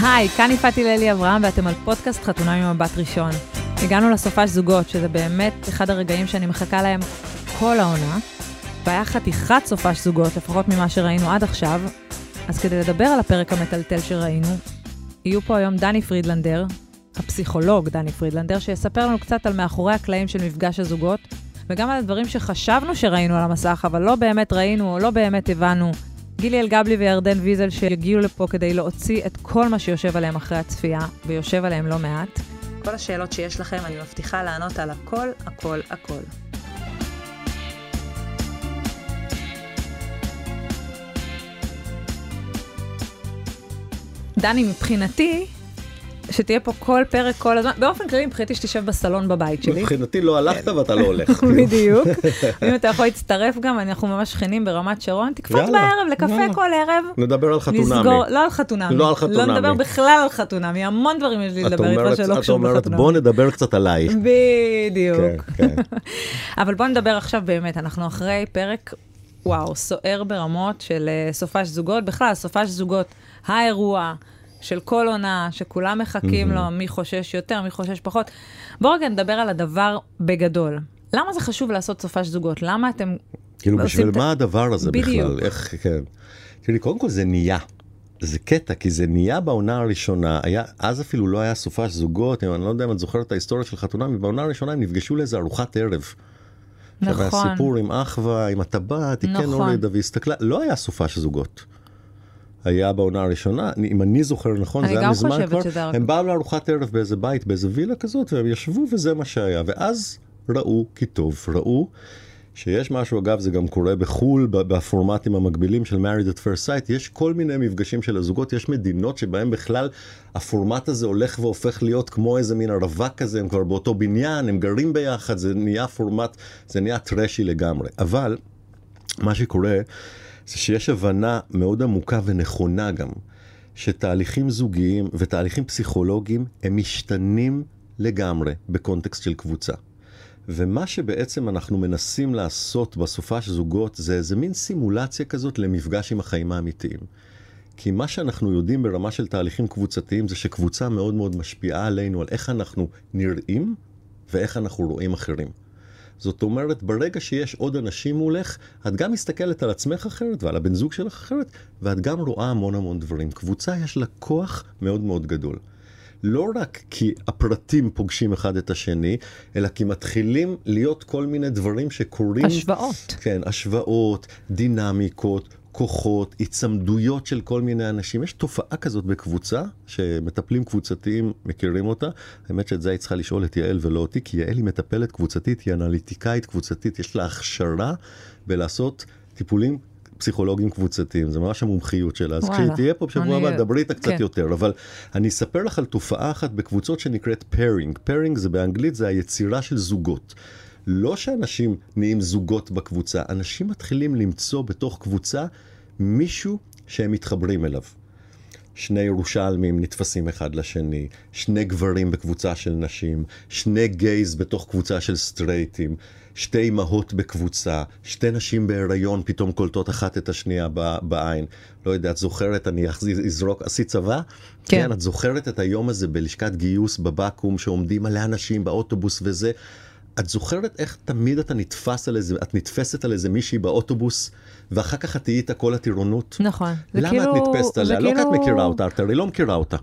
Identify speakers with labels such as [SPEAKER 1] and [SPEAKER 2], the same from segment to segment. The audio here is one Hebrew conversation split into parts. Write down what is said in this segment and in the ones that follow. [SPEAKER 1] היי, כאן יפעת הללי אברהם ואתם על פודקאסט חתונה ממבט ראשון. הגענו לסופש זוגות, שזה באמת אחד הרגעים שאני מחכה להם כל העונה, והיה חתיכת סופש זוגות, לפחות ממה שראינו עד עכשיו, אז כדי לדבר על הפרק המטלטל שראינו, יהיו פה היום דני פרידלנדר, הפסיכולוג דני פרידלנדר, שיספר לנו קצת על מאחורי הקלעים של מפגש הזוגות, וגם על הדברים שחשבנו שראינו על המסך, אבל לא באמת ראינו או לא באמת הבנו. גילי אלגבלי וירדן ויזל שהגיעו לפה כדי להוציא את כל מה שיושב עליהם אחרי הצפייה, ויושב עליהם לא מעט. כל השאלות שיש לכם, אני מבטיחה לענות על הכל, הכל, הכל. דני, מבחינתי, שתהיה פה כל פרק כל הזמן, באופן כללי מבחינתי שתשב בסלון בבית שלי. כן.
[SPEAKER 2] מבחינתי לא הלכת ואתה לא הולך.
[SPEAKER 1] בדיוק. אם אתה יכול להצטרף גם, אנחנו ממש שכנים ברמת שרון, תקפוץ
[SPEAKER 2] יאללה,
[SPEAKER 1] בערב לקפה
[SPEAKER 2] יאללה.
[SPEAKER 1] כל ערב.
[SPEAKER 2] נדבר על חתונמי.
[SPEAKER 1] נסגור, לא על חתונמי,
[SPEAKER 2] לא על חתונמי.
[SPEAKER 1] לא נדבר בכלל על חתונמי, המון דברים יש לי
[SPEAKER 2] את
[SPEAKER 1] לדבר איתך
[SPEAKER 2] אומרת-
[SPEAKER 1] שלא
[SPEAKER 2] את
[SPEAKER 1] קשורים
[SPEAKER 2] אומרת
[SPEAKER 1] בחתונמי.
[SPEAKER 2] בוא נדבר קצת עלייך. כן,
[SPEAKER 1] בדיוק.
[SPEAKER 2] כן.
[SPEAKER 1] אבל בוא נדבר עכשיו באמת, אנחנו אחרי פרק, וואו, סוער ברמות של אה, סופש זוגות. בכלל, סופש זוגות, האירוע של כל עונה, שכולם מחכים לו, מי חושש יותר, מי חושש פחות. בואו רגע נדבר על הדבר בגדול. למה זה חשוב לעשות סופש זוגות? למה אתם...
[SPEAKER 2] כאילו
[SPEAKER 1] עושים
[SPEAKER 2] בשביל
[SPEAKER 1] את-
[SPEAKER 2] מה הדבר הזה
[SPEAKER 1] לא, בדיוק.
[SPEAKER 2] בכלל? איך, כן. כאילו קודם כל זה נהיה. זה קטע, כי זה נהיה בעונה הראשונה, היה, אז אפילו לא היה סופש זוגות, אני לא יודע אם את זוכרת את ההיסטוריה של חתונמי, בעונה הראשונה הם נפגשו לאיזה ארוחת ערב. עכשיו
[SPEAKER 1] נכון.
[SPEAKER 2] היה סיפור עם אחווה, עם הטבעת, היא כן
[SPEAKER 1] נכון.
[SPEAKER 2] הורידה והסתכלה, לא היה סופה של זוגות. היה בעונה הראשונה, אני- אם אני זוכר נכון,
[SPEAKER 1] אני
[SPEAKER 2] זה היה
[SPEAKER 1] גם
[SPEAKER 2] מזמן כבר.
[SPEAKER 1] חושבת שזה רק-
[SPEAKER 2] הם באו לארוחת ערב באיזה בית, באיזה וילה כזאת, והם ישבו וזה מה שהיה. ואז ראו כי טוב, ראו שיש משהו, אגב, זה גם קורה בחו"ל, ב- בפורמטים המקבילים של married at first sight, יש כל מיני מפגשים של הזוגות, יש מדינות שבהן בכלל הפורמט הזה הולך והופך להיות כמו איזה מין ערבה כזה, הם כבר באותו בניין, הם גרים ביחד, זה נהיה פורמט, זה נהיה טרשי לגמרי. אבל מה שקורה זה שיש הבנה מאוד עמוקה ונכונה גם, שתהליכים זוגיים ותהליכים פסיכולוגיים הם משתנים לגמרי בקונטקסט של קבוצה. ומה שבעצם אנחנו מנסים לעשות בסופש זוגות זה איזה מין סימולציה כזאת למפגש עם החיים האמיתיים. כי מה שאנחנו יודעים ברמה של תהליכים קבוצתיים זה שקבוצה מאוד מאוד משפיעה עלינו, על איך אנחנו נראים ואיך אנחנו רואים אחרים. זאת אומרת, ברגע שיש עוד אנשים מולך, את גם מסתכלת על עצמך אחרת ועל הבן זוג שלך אחרת, ואת גם רואה המון המון דברים. קבוצה יש לה כוח מאוד מאוד גדול. לא רק כי הפרטים פוגשים אחד את השני, אלא כי מתחילים להיות כל מיני דברים שקורים...
[SPEAKER 1] השוואות.
[SPEAKER 2] כן, השוואות, דינמיקות, כוחות, היצמדויות של כל מיני אנשים. יש תופעה כזאת בקבוצה, שמטפלים קבוצתיים מכירים אותה. האמת שאת זה היית צריכה לשאול את יעל ולא אותי, כי יעל היא מטפלת קבוצתית, היא אנליטיקאית קבוצתית, יש לה הכשרה בלעשות טיפולים. פסיכולוגים קבוצתיים, זה ממש המומחיות שלה, אז
[SPEAKER 1] וואילה.
[SPEAKER 2] כשהיא תהיה פה בשבוע
[SPEAKER 1] אני-
[SPEAKER 2] הבא, דברי איתה קצת
[SPEAKER 1] כן.
[SPEAKER 2] יותר, אבל אני אספר לך על תופעה אחת בקבוצות שנקראת פארינג. פארינג זה באנגלית, זה היצירה של זוגות. לא שאנשים נהיים זוגות בקבוצה, אנשים מתחילים למצוא בתוך קבוצה מישהו שהם מתחברים אליו. שני ירושלמים נתפסים אחד לשני, שני גברים בקבוצה של נשים, שני גייז בתוך קבוצה של סטרייטים, שתי אמהות בקבוצה, שתי נשים בהיריון פתאום קולטות אחת את השנייה ב- בעין. לא יודע, את זוכרת, אני אחזיז- אזרוק, עשית צבא?
[SPEAKER 1] כן.
[SPEAKER 2] את זוכרת את היום הזה בלשכת גיוס בבקו"ם, שעומדים מלא אנשים באוטובוס וזה? את זוכרת איך תמיד אתה נתפס על איזה, את נתפסת על איזה מישהי באוטובוס, ואחר כך את תהיי איתה כל הטירונות?
[SPEAKER 1] נכון. זה
[SPEAKER 2] למה
[SPEAKER 1] כאילו-
[SPEAKER 2] את נתפסת
[SPEAKER 1] זה
[SPEAKER 2] עליה? לא כי את
[SPEAKER 1] כאילו-
[SPEAKER 2] מכירה אותה, את הרי לא מכירה אותה.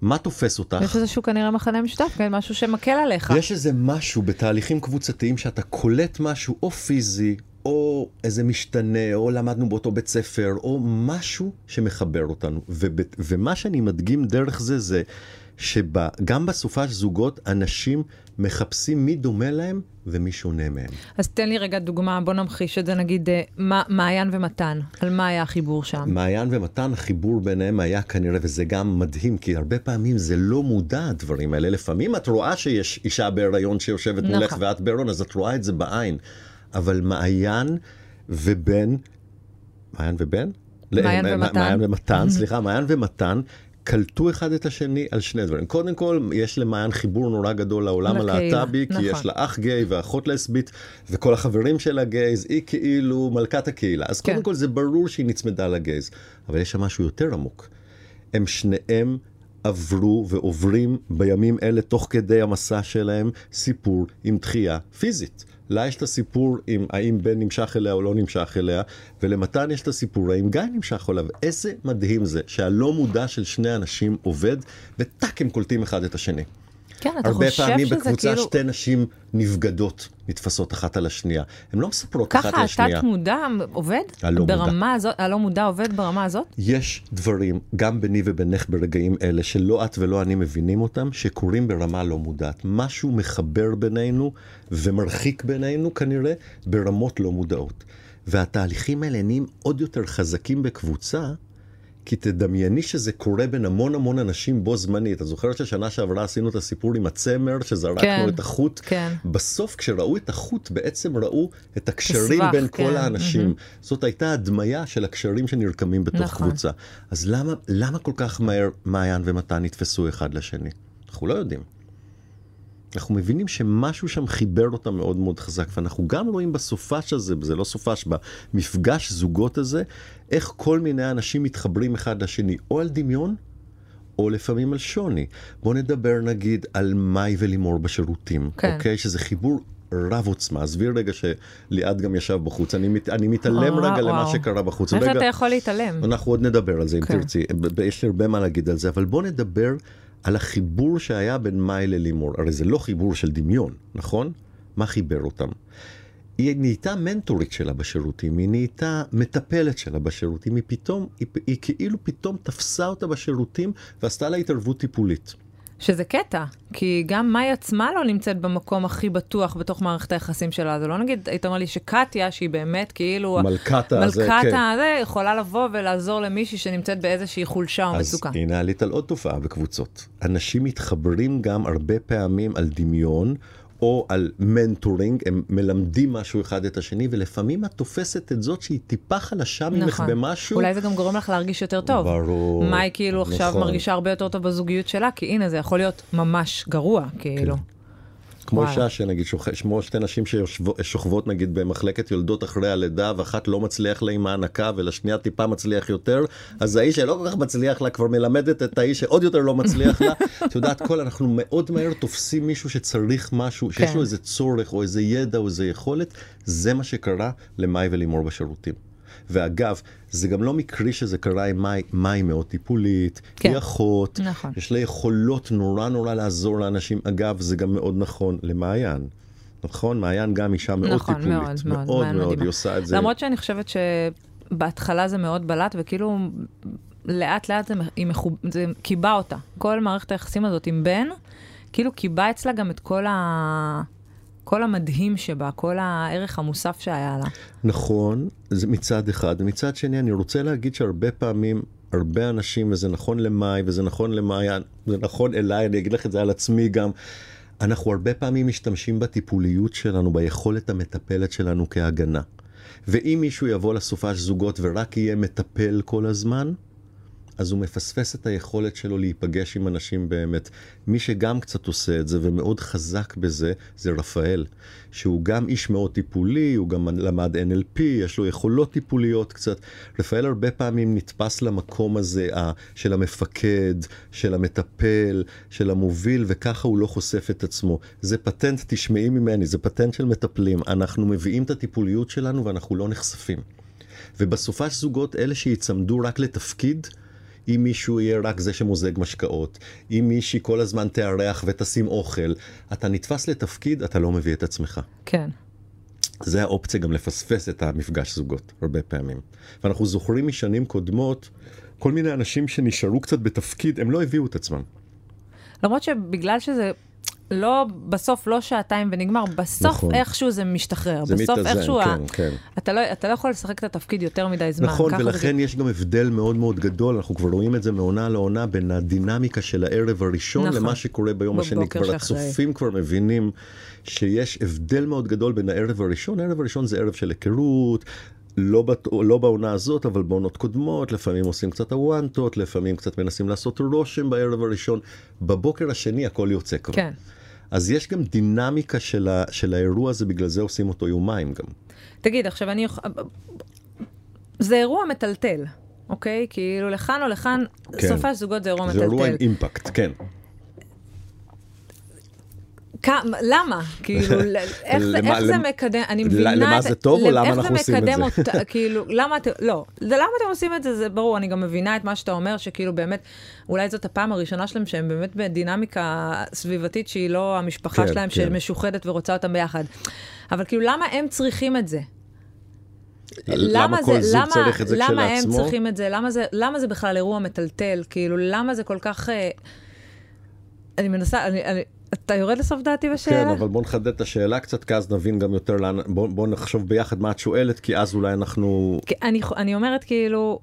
[SPEAKER 2] מה תופס
[SPEAKER 1] יש
[SPEAKER 2] אותך?
[SPEAKER 1] איזשהו כנראה מכנה משותף, כן, משהו שמקל עליך.
[SPEAKER 2] יש איזה משהו בתהליכים קבוצתיים שאתה קולט משהו או פיזי, או איזה משתנה, או למדנו באותו בית ספר, או משהו שמחבר אותנו. וב- ומה שאני מדגים דרך זה, זה שגם בסופש זוגות אנשים מחפשים מי דומה להם ומי שונה מהם.
[SPEAKER 1] אז תן לי רגע דוגמה, בוא נמחיש את זה, נגיד אה, מה- מעיין ומתן, על מה היה החיבור שם.
[SPEAKER 2] מעיין ומתן, החיבור ביניהם היה כנראה, וזה גם מדהים, כי הרבה פעמים זה לא מודע הדברים האלה. לפעמים את רואה שיש אישה בהיריון שיושבת
[SPEAKER 1] נכון.
[SPEAKER 2] מולך ואת בהיריון, אז את רואה את זה בעין. אבל מעיין ובן, מעיין ובן? לא,
[SPEAKER 1] מעיין
[SPEAKER 2] אה,
[SPEAKER 1] ומתן.
[SPEAKER 2] מעיין ומתן, סליחה, מעיין ומתן. קלטו אחד את השני על שני דברים. קודם כל, יש למעיין חיבור נורא גדול לעולם
[SPEAKER 1] לקהילה,
[SPEAKER 2] הלהט"בי, כי
[SPEAKER 1] נכון.
[SPEAKER 2] יש לה אח גיי ואחות לסבית, וכל החברים שלה גייז, היא כאילו מלכת הקהילה. אז
[SPEAKER 1] כן.
[SPEAKER 2] קודם כל זה ברור שהיא נצמדה לגייז, אבל יש שם משהו יותר עמוק. הם שניהם עברו ועוברים בימים אלה, תוך כדי המסע שלהם, סיפור עם דחייה פיזית. לה יש את הסיפור עם האם בן נמשך אליה או לא נמשך אליה, ולמתן יש את הסיפור האם גיא נמשך אליו. איזה מדהים זה שהלא מודע של שני אנשים עובד, וטאק הם קולטים אחד את השני.
[SPEAKER 1] כן, אתה
[SPEAKER 2] הרבה
[SPEAKER 1] חושב שזה כאילו...
[SPEAKER 2] פעמים בקבוצה שתי נשים נפגדות, נתפסות אחת על השנייה. הן לא מספרות אחת
[SPEAKER 1] ככה
[SPEAKER 2] על השנייה.
[SPEAKER 1] התת מודע עובד?
[SPEAKER 2] הלא מודע.
[SPEAKER 1] ברמה הזאת, הלא מודע עובד ברמה הזאת?
[SPEAKER 2] יש דברים, גם ביני ובינך ברגעים אלה, שלא את ולא אני מבינים אותם, שקורים ברמה לא מודעת. משהו מחבר בינינו ומרחיק בינינו כנראה ברמות לא מודעות. והתהליכים האלה נהיים עוד יותר חזקים בקבוצה, כי תדמייני שזה קורה בין המון המון אנשים בו זמנית. את זוכרת ששנה שעברה עשינו את הסיפור עם הצמר, שזרקנו
[SPEAKER 1] כן,
[SPEAKER 2] את החוט?
[SPEAKER 1] כן.
[SPEAKER 2] בסוף כשראו את החוט בעצם ראו את הקשרים
[SPEAKER 1] הסבך,
[SPEAKER 2] בין
[SPEAKER 1] כן,
[SPEAKER 2] כל האנשים. זאת הייתה הדמיה של הקשרים שנרקמים בתוך
[SPEAKER 1] נכון.
[SPEAKER 2] קבוצה. אז למה, למה כל כך מהר מעיין ומתן נתפסו אחד לשני? אנחנו לא יודעים. אנחנו מבינים שמשהו שם חיבר אותם מאוד מאוד חזק, ואנחנו גם רואים בסופש הזה, זה לא סופש, במפגש זוגות הזה, איך כל מיני אנשים מתחברים אחד לשני, או על דמיון, או לפעמים על שוני. בואו נדבר נגיד על מאי ולימור בשירותים,
[SPEAKER 1] כן.
[SPEAKER 2] אוקיי? שזה חיבור רב עוצמה. עזבי רגע שליעד גם ישב בחוץ, אני, מת, אני מתעלם
[SPEAKER 1] וואו,
[SPEAKER 2] רגע למה
[SPEAKER 1] אה, וואו.
[SPEAKER 2] שקרה בחוץ.
[SPEAKER 1] איך
[SPEAKER 2] רגע,
[SPEAKER 1] אתה יכול להתעלם?
[SPEAKER 2] אנחנו עוד נדבר על זה אם
[SPEAKER 1] כן.
[SPEAKER 2] תרצי, ב- ב- יש לי הרבה מה להגיד על זה, אבל בוא נדבר על החיבור שהיה בין מאי ללימור. הרי זה לא חיבור של דמיון, נכון? מה חיבר אותם? היא נהייתה מנטורית שלה בשירותים, היא נהייתה מטפלת שלה בשירותים, היא פתאום, היא, פ- היא כאילו פתאום תפסה אותה בשירותים ועשתה לה התערבות טיפולית.
[SPEAKER 1] שזה קטע, כי גם מאי עצמה לא נמצאת במקום הכי בטוח בתוך מערכת היחסים שלה. זה לא נגיד, היית אומר לי שקטיה, שהיא באמת כאילו...
[SPEAKER 2] מלכת הזה,
[SPEAKER 1] מלכת
[SPEAKER 2] כן.
[SPEAKER 1] הזה, יכולה לבוא ולעזור למישהי שנמצאת באיזושהי חולשה או מצוקה.
[SPEAKER 2] אז הנה עלית על עוד תופעה בקבוצות. אנשים מתחברים גם הרבה פעמים על דמיון. או על מנטורינג, הם מלמדים משהו אחד את השני, ולפעמים את תופסת את זאת שהיא טיפה חלשה ממך
[SPEAKER 1] נכון.
[SPEAKER 2] במשהו.
[SPEAKER 1] אולי זה גם גורם לך להרגיש יותר טוב.
[SPEAKER 2] ברור.
[SPEAKER 1] מאי כאילו עכשיו
[SPEAKER 2] נכון.
[SPEAKER 1] מרגישה הרבה יותר טוב בזוגיות שלה, כי הנה, זה יכול להיות ממש גרוע, כאילו.
[SPEAKER 2] כן. כמו
[SPEAKER 1] וואי.
[SPEAKER 2] אישה שנגיד, שוכ- כמו שתי נשים ששוכבות נגיד במחלקת יולדות אחרי הלידה, ואחת לא מצליח לה עם ההנקה, ולשנייה טיפה מצליח יותר, אז האיש שלא כל כך מצליח לה כבר מלמדת את האיש שעוד יותר לא מצליח לה. את יודעת, כל, אנחנו מאוד מהר תופסים מישהו שצריך משהו, שיש
[SPEAKER 1] כן.
[SPEAKER 2] לו איזה צורך, או איזה ידע, או איזה יכולת, זה מה שקרה למאי ולימור בשירותים. ואגב, זה גם לא מקרי שזה קרה עם מאי, מאי מאוד טיפולית,
[SPEAKER 1] כן.
[SPEAKER 2] היא אחות,
[SPEAKER 1] נכון.
[SPEAKER 2] יש לה יכולות נורא נורא לעזור לאנשים. אגב, זה גם מאוד נכון למעיין. נכון? מעיין גם אישה מאוד
[SPEAKER 1] נכון,
[SPEAKER 2] טיפולית.
[SPEAKER 1] מאוד, מאוד,
[SPEAKER 2] מאוד,
[SPEAKER 1] מעיין
[SPEAKER 2] מאוד,
[SPEAKER 1] מדהימה.
[SPEAKER 2] היא עושה את זה.
[SPEAKER 1] למרות שאני חושבת שבהתחלה זה מאוד בלט, וכאילו לאט לאט זה, מ- היא מחוב... זה קיבע אותה. כל מערכת היחסים הזאת עם בן, כאילו קיבע אצלה גם את כל ה... כל המדהים שבה, כל הערך המוסף שהיה לה.
[SPEAKER 2] נכון, זה מצד אחד. מצד שני, אני רוצה להגיד שהרבה פעמים, הרבה אנשים, וזה נכון למאי, וזה נכון למעיין, זה נכון אליי, אני אגיד לך את זה על עצמי גם. אנחנו הרבה פעמים משתמשים בטיפוליות שלנו, ביכולת המטפלת שלנו כהגנה. ואם מישהו יבוא לסופש זוגות ורק יהיה מטפל כל הזמן, אז הוא מפספס את היכולת שלו להיפגש עם אנשים באמת. מי שגם קצת עושה את זה ומאוד חזק בזה, זה רפאל, שהוא גם איש מאוד טיפולי, הוא גם למד NLP, יש לו יכולות טיפוליות קצת. רפאל הרבה פעמים נתפס למקום הזה אה, של המפקד, של המטפל, של המוביל, וככה הוא לא חושף את עצמו. זה פטנט, תשמעי ממני, זה פטנט של מטפלים. אנחנו מביאים את הטיפוליות שלנו ואנחנו לא נחשפים. ובסופש זוגות אלה שיצמדו רק לתפקיד, אם מישהו יהיה רק זה שמוזג משקאות, אם מישהי כל הזמן תארח ותשים אוכל, אתה נתפס לתפקיד, אתה לא מביא את עצמך.
[SPEAKER 1] כן.
[SPEAKER 2] זה האופציה גם לפספס את המפגש זוגות, הרבה פעמים. ואנחנו זוכרים משנים קודמות, כל מיני אנשים שנשארו קצת בתפקיד, הם לא הביאו את עצמם.
[SPEAKER 1] למרות שבגלל שזה לא, בסוף לא שעתיים ונגמר, בסוף
[SPEAKER 2] נכון.
[SPEAKER 1] איכשהו זה משתחרר.
[SPEAKER 2] זה
[SPEAKER 1] בסוף
[SPEAKER 2] מתאזן,
[SPEAKER 1] איכשהו, ה-
[SPEAKER 2] כן, כן.
[SPEAKER 1] אתה, לא, אתה לא יכול לשחק את התפקיד יותר מדי זמן.
[SPEAKER 2] נכון,
[SPEAKER 1] ככה זה
[SPEAKER 2] ולכן יש גם הבדל מאוד מאוד גדול, אנחנו כבר רואים את זה מעונה לעונה, בין הדינמיקה של הערב הראשון
[SPEAKER 1] נכון.
[SPEAKER 2] למה שקורה ביום
[SPEAKER 1] בבוקר
[SPEAKER 2] השני. כבר
[SPEAKER 1] שאחרי.
[SPEAKER 2] הצופים כבר מבינים שיש הבדל מאוד גדול בין הערב הראשון, הערב הראשון זה ערב של היכרות. לא, בת, לא בעונה הזאת, אבל בעונות קודמות, לפעמים עושים קצת הוואנטות, לפעמים קצת מנסים לעשות רושם בערב הראשון. בבוקר השני הכל יוצא כבר.
[SPEAKER 1] כן.
[SPEAKER 2] אז יש גם דינמיקה של, ה, של האירוע הזה, בגלל זה עושים אותו יומיים גם.
[SPEAKER 1] תגיד, עכשיו אני... יכ- זה אירוע מטלטל. אוקיי? כאילו לכאן או לכאן,
[SPEAKER 2] כן.
[SPEAKER 1] סופש זוגות זה אירוע
[SPEAKER 2] זה אירוע עם
[SPEAKER 1] מטלטל.
[SPEAKER 2] אימפקט, כן.
[SPEAKER 1] כמה- למה? כאילו, ל- איך זה-
[SPEAKER 2] למה-
[SPEAKER 1] איך זה
[SPEAKER 2] למ-
[SPEAKER 1] מקדם, אני
[SPEAKER 2] ל-
[SPEAKER 1] מבינה...
[SPEAKER 2] למה
[SPEAKER 1] את-
[SPEAKER 2] זה טוב או
[SPEAKER 1] למ-
[SPEAKER 2] למה
[SPEAKER 1] איך
[SPEAKER 2] אנחנו עושים את
[SPEAKER 1] מקדם
[SPEAKER 2] זה?
[SPEAKER 1] אותה- כאילו, למה אתם, לא, זה למה אתם עושים את זה, זה ברור, אני גם מבינה את מה שאתה אומר, שכאילו באמת, אולי זאת הפעם הראשונה שלהם שהם באמת בדינמיקה סביבתית שהיא לא המשפחה
[SPEAKER 2] כן,
[SPEAKER 1] שלהם,
[SPEAKER 2] כן.
[SPEAKER 1] שמשוחדת ורוצה אותם ביחד. אבל כאילו, למה הם צריכים את זה?
[SPEAKER 2] למה כל
[SPEAKER 1] זה-
[SPEAKER 2] זוג
[SPEAKER 1] למה-
[SPEAKER 2] צריך את זה כשלעצמו?
[SPEAKER 1] למה הם צריכים את זה? למה זה, למה זה בכלל אירוע מטלטל? כאילו, למה זה כל כך... אה, אני מנסה, אני, אני, אתה יורד לסוף דעתי בשאלה?
[SPEAKER 2] כן, אבל בוא נחדד את השאלה קצת, כי אז נבין גם יותר לאן, בוא, בוא נחשוב ביחד מה את שואלת, כי אז אולי אנחנו...
[SPEAKER 1] כי אני, חו- אני אומרת כאילו,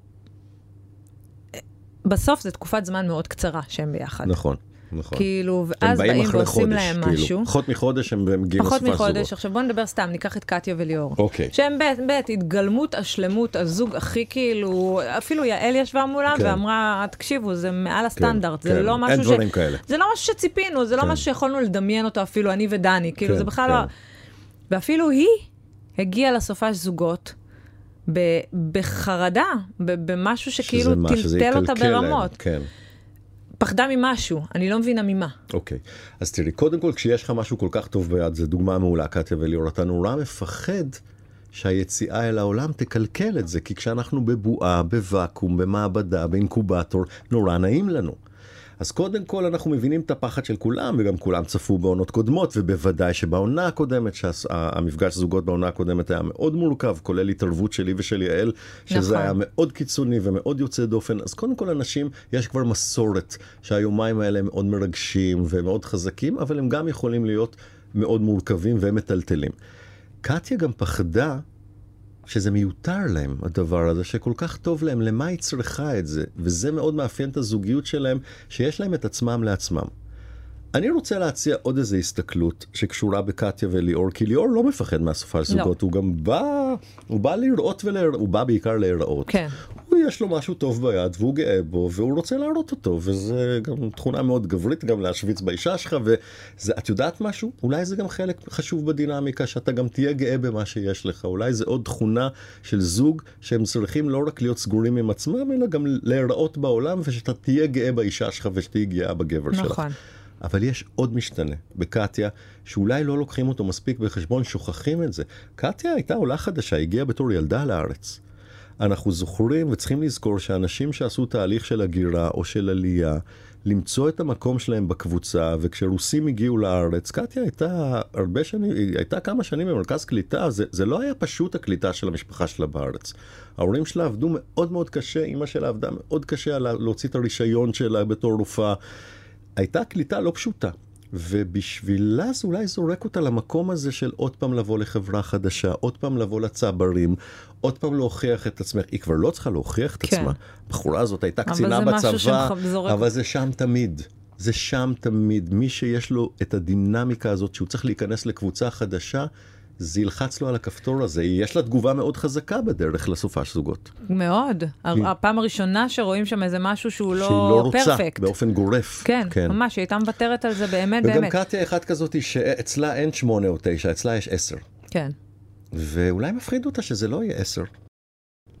[SPEAKER 1] בסוף זו תקופת זמן מאוד קצרה שהם ביחד.
[SPEAKER 2] נכון, נכון.
[SPEAKER 1] כאילו,
[SPEAKER 2] הם
[SPEAKER 1] ואז באים
[SPEAKER 2] אחרי
[SPEAKER 1] ועושים
[SPEAKER 2] חודש,
[SPEAKER 1] להם
[SPEAKER 2] כאילו.
[SPEAKER 1] משהו.
[SPEAKER 2] פחות מחודש הם מגיעים
[SPEAKER 1] פחות
[SPEAKER 2] לסופש
[SPEAKER 1] מחודש.
[SPEAKER 2] זוגות.
[SPEAKER 1] עכשיו בוא נדבר סתם, ניקח את קטיה וליאור.
[SPEAKER 2] אוקיי.
[SPEAKER 1] שהם בית, בית, התגלמות השלמות, הזוג הכי כאילו, אפילו יעל ישבה מולם
[SPEAKER 2] כן.
[SPEAKER 1] ואמרה, תקשיבו, זה מעל הסטנדרט, זה
[SPEAKER 2] כן.
[SPEAKER 1] לא
[SPEAKER 2] אין
[SPEAKER 1] משהו ש...
[SPEAKER 2] דברים כאלה.
[SPEAKER 1] זה לא משהו שציפינו, זה לא משהו שיכולנו לדמיין אותו אפילו, אני ודני, כאילו,
[SPEAKER 2] כן,
[SPEAKER 1] זה בכלל
[SPEAKER 2] כן.
[SPEAKER 1] לא... ואפילו היא הגיעה לסופש זוגות. ב- בחרדה, ב- במשהו
[SPEAKER 2] שזה
[SPEAKER 1] שכאילו
[SPEAKER 2] מה, שזה
[SPEAKER 1] כאילו טלטל אותה
[SPEAKER 2] יקלקל להם,
[SPEAKER 1] ברמות.
[SPEAKER 2] כן.
[SPEAKER 1] פחדה ממשהו, אני לא מבינה ממה.
[SPEAKER 2] אוקיי, אז תראי, קודם כל כשיש לך משהו כל כך טוב ביד, זו דוגמה מעולה, קטיה וליאור, אתה נורא מפחד שהיציאה אל העולם תקלקל את זה, כי כשאנחנו בבועה, בוואקום, במעבדה, באינקובטור, נורא נעים לנו. אז קודם כל אנחנו מבינים את הפחד של כולם, וגם כולם צפו בעונות קודמות, ובוודאי שבעונה הקודמת, שהמפגש זוגות בעונה הקודמת היה מאוד מורכב, כולל התערבות שלי ושל יעל, שזה
[SPEAKER 1] נכון.
[SPEAKER 2] היה מאוד קיצוני ומאוד יוצא דופן. אז קודם כל אנשים, יש כבר מסורת שהיומיים האלה הם מאוד מרגשים ומאוד חזקים, אבל הם גם יכולים להיות מאוד מורכבים והם מטלטלים. קטיה גם פחדה שזה מיותר להם, הדבר הזה, שכל כך טוב להם, למה היא צריכה את זה? וזה מאוד מאפיין את הזוגיות שלהם, שיש להם את עצמם לעצמם. אני רוצה להציע עוד איזו הסתכלות שקשורה בקטיה וליאור, כי ליאור לא מפחד מהסופה של
[SPEAKER 1] לא.
[SPEAKER 2] זוגות, הוא גם בא, הוא בא לראות ולהיראות, הוא בא בעיקר להיראות.
[SPEAKER 1] כן.
[SPEAKER 2] הוא יש לו משהו טוב ביד והוא גאה בו והוא רוצה להראות אותו וזה גם תכונה מאוד גברית גם להשוויץ באישה שלך ואת יודעת משהו אולי זה גם חלק חשוב בדינמיקה שאתה גם תהיה גאה במה שיש לך אולי זה עוד תכונה של זוג שהם צריכים לא רק להיות סגורים עם עצמם אלא גם להיראות בעולם ושאתה תהיה גאה באישה שלך ושתהיי גאה בגבר שלך.
[SPEAKER 1] נכון.
[SPEAKER 2] אבל יש עוד משתנה בקטיה, שאולי לא לוקחים אותו מספיק בחשבון, שוכחים את זה. קטיה הייתה עולה חדשה, הגיעה בתור ילדה לארץ. אנחנו זוכרים וצריכים לזכור שאנשים שעשו תהליך של הגירה או של עלייה, למצוא את המקום שלהם בקבוצה, וכשרוסים הגיעו לארץ, קטיה הייתה הרבה שנים, היא הייתה כמה שנים במרכז קליטה, זה, זה לא היה פשוט הקליטה של המשפחה שלה בארץ. ההורים שלה עבדו מאוד מאוד קשה, אימא שלה עבדה מאוד קשה על ה- להוציא את הרישיון שלה בתור רופאה. הייתה קליטה לא פשוטה, ובשבילה זה אולי זורק אותה למקום הזה של עוד פעם לבוא לחברה חדשה, עוד פעם לבוא לצברים, עוד פעם להוכיח את עצמך. היא כבר לא צריכה להוכיח את
[SPEAKER 1] כן.
[SPEAKER 2] עצמה. הבחורה הזאת הייתה
[SPEAKER 1] אבל
[SPEAKER 2] קצינה
[SPEAKER 1] זה משהו
[SPEAKER 2] בצבא,
[SPEAKER 1] שזורק-
[SPEAKER 2] אבל זה שם תמיד. זה שם תמיד. מי שיש לו את הדינמיקה הזאת, שהוא צריך להיכנס לקבוצה חדשה, זה ילחץ לו על הכפתור הזה. יש לה תגובה מאוד חזקה בדרך לסופה של זוגות.
[SPEAKER 1] מאוד. הר- הפעם הראשונה שרואים שם איזה משהו שהוא
[SPEAKER 2] שהיא לא
[SPEAKER 1] לא
[SPEAKER 2] רוצה
[SPEAKER 1] פרפקט.
[SPEAKER 2] באופן גורף.
[SPEAKER 1] כן, ממש, היא הייתה מוותרת על זה באמת,
[SPEAKER 2] וגם
[SPEAKER 1] באמת.
[SPEAKER 2] קטיה אחת כזאת שאצלה אין שמונה או תשע, אצלה יש עשר.
[SPEAKER 1] כן.
[SPEAKER 2] ואולי מפחיד אותה שזה לא יהיה עשר.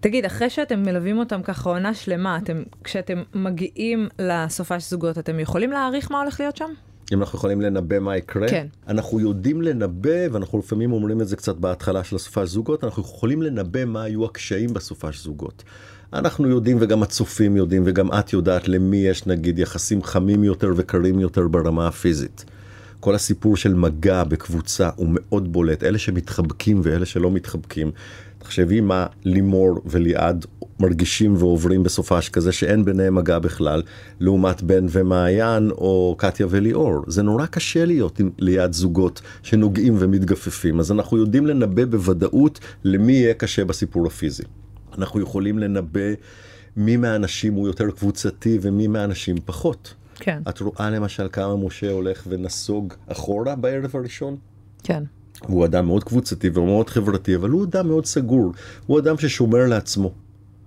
[SPEAKER 1] תגיד, אחרי שאתם מלווים אותם ככה עונה שלמה, אתם, כשאתם מגיעים לסופה של זוגות, אתם יכולים להעריך מה הולך להיות שם?
[SPEAKER 2] אם אנחנו יכולים לנבא מה יקרה,
[SPEAKER 1] כן.
[SPEAKER 2] אנחנו יודעים לנבא, ואנחנו לפעמים אומרים את זה קצת בהתחלה של הסופש זוגות, אנחנו יכולים לנבא מה היו הקשיים בסופש זוגות. אנחנו יודעים וגם הצופים יודעים וגם את יודעת למי יש נגיד יחסים חמים יותר וקרים יותר ברמה הפיזית. כל הסיפור של מגע בקבוצה הוא מאוד בולט, אלה שמתחבקים ואלה שלא מתחבקים. תחשבי מה לימור וליעד מרגישים ועוברים בסופש כזה שאין ביניהם מגע בכלל, לעומת בן ומעיין או קטיה וליאור. זה נורא קשה להיות עם, ליד זוגות שנוגעים ומתגפפים, אז אנחנו יודעים לנבא בוודאות למי יהיה קשה בסיפור הפיזי. אנחנו יכולים לנבא מי מהאנשים הוא יותר קבוצתי ומי מהאנשים פחות.
[SPEAKER 1] כן,
[SPEAKER 2] את רואה למשל כמה משה הולך ונסוג אחורה בערב הראשון?
[SPEAKER 1] כן.
[SPEAKER 2] הוא אדם מאוד קבוצתי ומאוד חברתי, אבל הוא אדם מאוד סגור. הוא אדם ששומר לעצמו.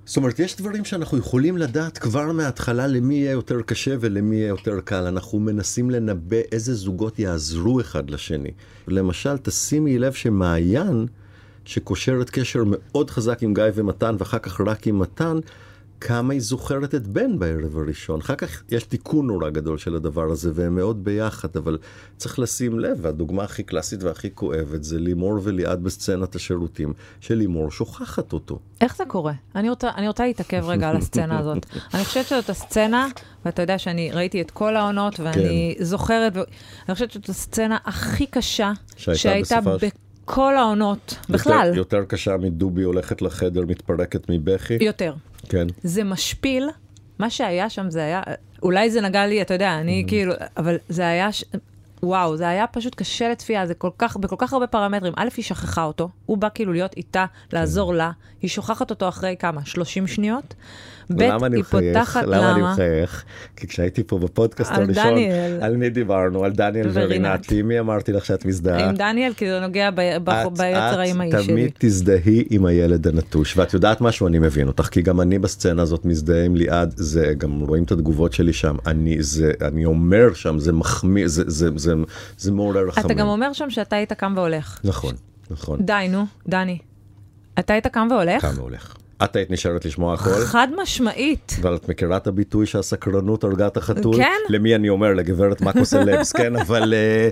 [SPEAKER 2] זאת אומרת, יש דברים שאנחנו יכולים לדעת כבר מההתחלה למי יהיה יותר קשה ולמי יהיה יותר קל. אנחנו מנסים לנבא איזה זוגות יעזרו אחד לשני. למשל, תשימי לב שמעיין, שקושרת קשר מאוד חזק עם גיא ומתן, ואחר כך רק עם מתן, כמה היא זוכרת את בן בערב הראשון. אחר כך יש תיקון נורא גדול של הדבר הזה, והם מאוד ביחד, אבל צריך לשים לב, והדוגמה הכי קלאסית והכי כואבת זה לימור וליעד בסצנת השירותים, שלימור שוכחת אותו.
[SPEAKER 1] איך זה קורה? אני רוצה, אני רוצה להתעכב רגע על הסצנה הזאת. אני חושבת שזאת הסצנה, ואתה יודע שאני ראיתי את כל העונות, ואני כן. זוכרת, ו... אני חושבת שזאת הסצנה הכי קשה
[SPEAKER 2] שהייתה
[SPEAKER 1] שהייתה
[SPEAKER 2] בסופה של-
[SPEAKER 1] בכל העונות, בכלל,
[SPEAKER 2] יותר, יותר קשה מדובי הולכת לחדר, מתפרקת מבכי.
[SPEAKER 1] יותר.
[SPEAKER 2] כן.
[SPEAKER 1] זה משפיל. מה שהיה שם זה היה, אולי זה נגע לי, אתה יודע, אני
[SPEAKER 2] Mm-hmm.
[SPEAKER 1] כאילו, אבל זה היה, ש- וואו, זה היה פשוט קשה לצפייה, זה כל כך, בכל כך הרבה פרמטרים. א', היא שכחה אותו, הוא בא כאילו להיות איתה,
[SPEAKER 2] כן.
[SPEAKER 1] לעזור לה, היא שוכחת אותו אחרי כמה? 30 שניות? ב',
[SPEAKER 2] למה אני
[SPEAKER 1] היא
[SPEAKER 2] מחייך?
[SPEAKER 1] פותחת,
[SPEAKER 2] למה אני מחייך? כי כשהייתי פה בפודקאסט
[SPEAKER 1] על
[SPEAKER 2] הראשון,
[SPEAKER 1] דניאל.
[SPEAKER 2] על מי דיברנו? על דניאל
[SPEAKER 1] ורינת.
[SPEAKER 2] ורינת. עם מי אמרתי לך שאת מזדהה?
[SPEAKER 1] עם דניאל, כי זה נוגע ב- ב-
[SPEAKER 2] את-
[SPEAKER 1] ביצר האימהי
[SPEAKER 2] את
[SPEAKER 1] שלי.
[SPEAKER 2] תמיד תזדהי עם הילד הנטוש, ואת יודעת משהו, אני מבין אותך, כי גם אני בסצנה הזאת מזדהה עם ליעד, זה, גם רואים את התגובות שלי שם, אני, זה, אני אומר שם, זה מחמיא, זה, זה, זה, זה מעורר רחמים.
[SPEAKER 1] אתה גם אומר שם שאתה היית קם והולך.
[SPEAKER 2] נכון, נכון,
[SPEAKER 1] די, נו, דני. אתה היית קם והולך?
[SPEAKER 2] כמה הולך. את היית נשארת לשמוע הכל?
[SPEAKER 1] חד משמעית.
[SPEAKER 2] אבל את מכירה את הביטוי שהסקרנות הרגה את החתול?
[SPEAKER 1] כן.
[SPEAKER 2] למי אני אומר? לגברת מקו סלבס, כן? אבל אה,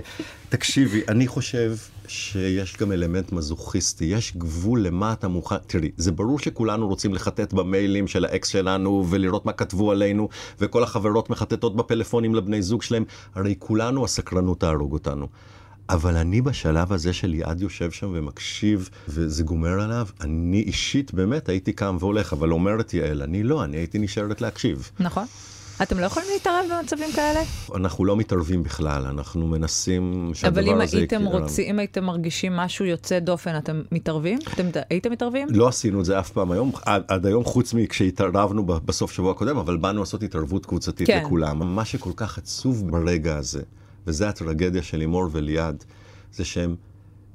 [SPEAKER 2] תקשיבי, אני חושב שיש גם אלמנט מזוכיסטי, יש גבול למה אתה מוכן... תראי, זה ברור שכולנו רוצים לחטט במיילים של האקס שלנו ולראות מה כתבו עלינו, וכל החברות מחטטות בפלאפונים לבני זוג שלהם, הרי כולנו הסקרנות תהרוג אותנו. אבל אני בשלב הזה שליעד יושב שם ומקשיב, וזה גומר עליו, אני אישית באמת הייתי קם והולך, אבל אומרת יעל, אני לא, אני הייתי נשארת להקשיב.
[SPEAKER 1] נכון. אתם לא יכולים להתערב במצבים כאלה?
[SPEAKER 2] אנחנו לא מתערבים בכלל, אנחנו מנסים שהדבר
[SPEAKER 1] אבל אם
[SPEAKER 2] הזה
[SPEAKER 1] הייתם
[SPEAKER 2] יקרה לנו.
[SPEAKER 1] רוצים, אם הייתם מרגישים משהו יוצא דופן, אתם מתערבים? אתם ד- הייתם מתערבים?
[SPEAKER 2] לא עשינו את זה אף פעם היום, עד, עד היום חוץ מכשהתערבנו ב- בסוף שבוע הקודם, אבל באנו לעשות התערבות קבוצתית
[SPEAKER 1] כן.
[SPEAKER 2] לכולם. מה שכל כך עצוב ברגע הזה, וזה הטרגדיה של לימור וליעד, זה שהם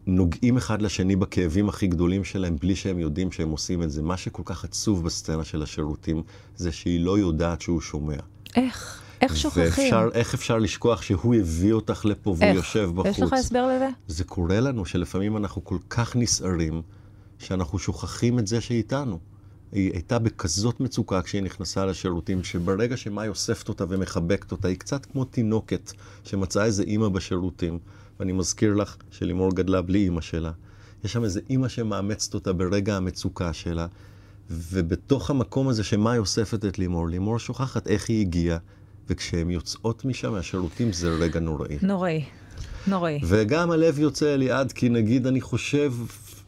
[SPEAKER 2] נוגעים אחד לשני בכאבים הכי גדולים שלהם בלי שהם יודעים שהם עושים את זה. מה שכל כך עצוב בסצנה של השירותים, זה שהיא לא יודעת שהוא שומע.
[SPEAKER 1] איך? איך שוכחים?
[SPEAKER 2] ואפשר, איך אפשר לשכוח שהוא הביא אותך לפה והוא
[SPEAKER 1] איך?
[SPEAKER 2] יושב בחוץ?
[SPEAKER 1] יש לך הסבר לזה?
[SPEAKER 2] זה קורה לנו שלפעמים אנחנו כל כך נסערים, שאנחנו שוכחים את זה שהיא איתנו. היא הייתה בכזאת מצוקה כשהיא נכנסה לשירותים, שברגע שמאי אוספת אותה ומחבקת אותה, היא קצת כמו תינוקת שמצאה איזה אימא בשירותים. ואני מזכיר לך שלימור גדלה בלי אימא שלה. יש שם איזה אימא שמאמצת אותה ברגע המצוקה שלה, ובתוך המקום הזה שמאי אוספת את לימור, לימור שוכחת איך היא הגיעה, וכשהן יוצאות משם מהשירותים זה רגע נוראי.
[SPEAKER 1] נוראי. נוראי.
[SPEAKER 2] וגם הלב יוצא אליעד, כי נגיד, אני חושב,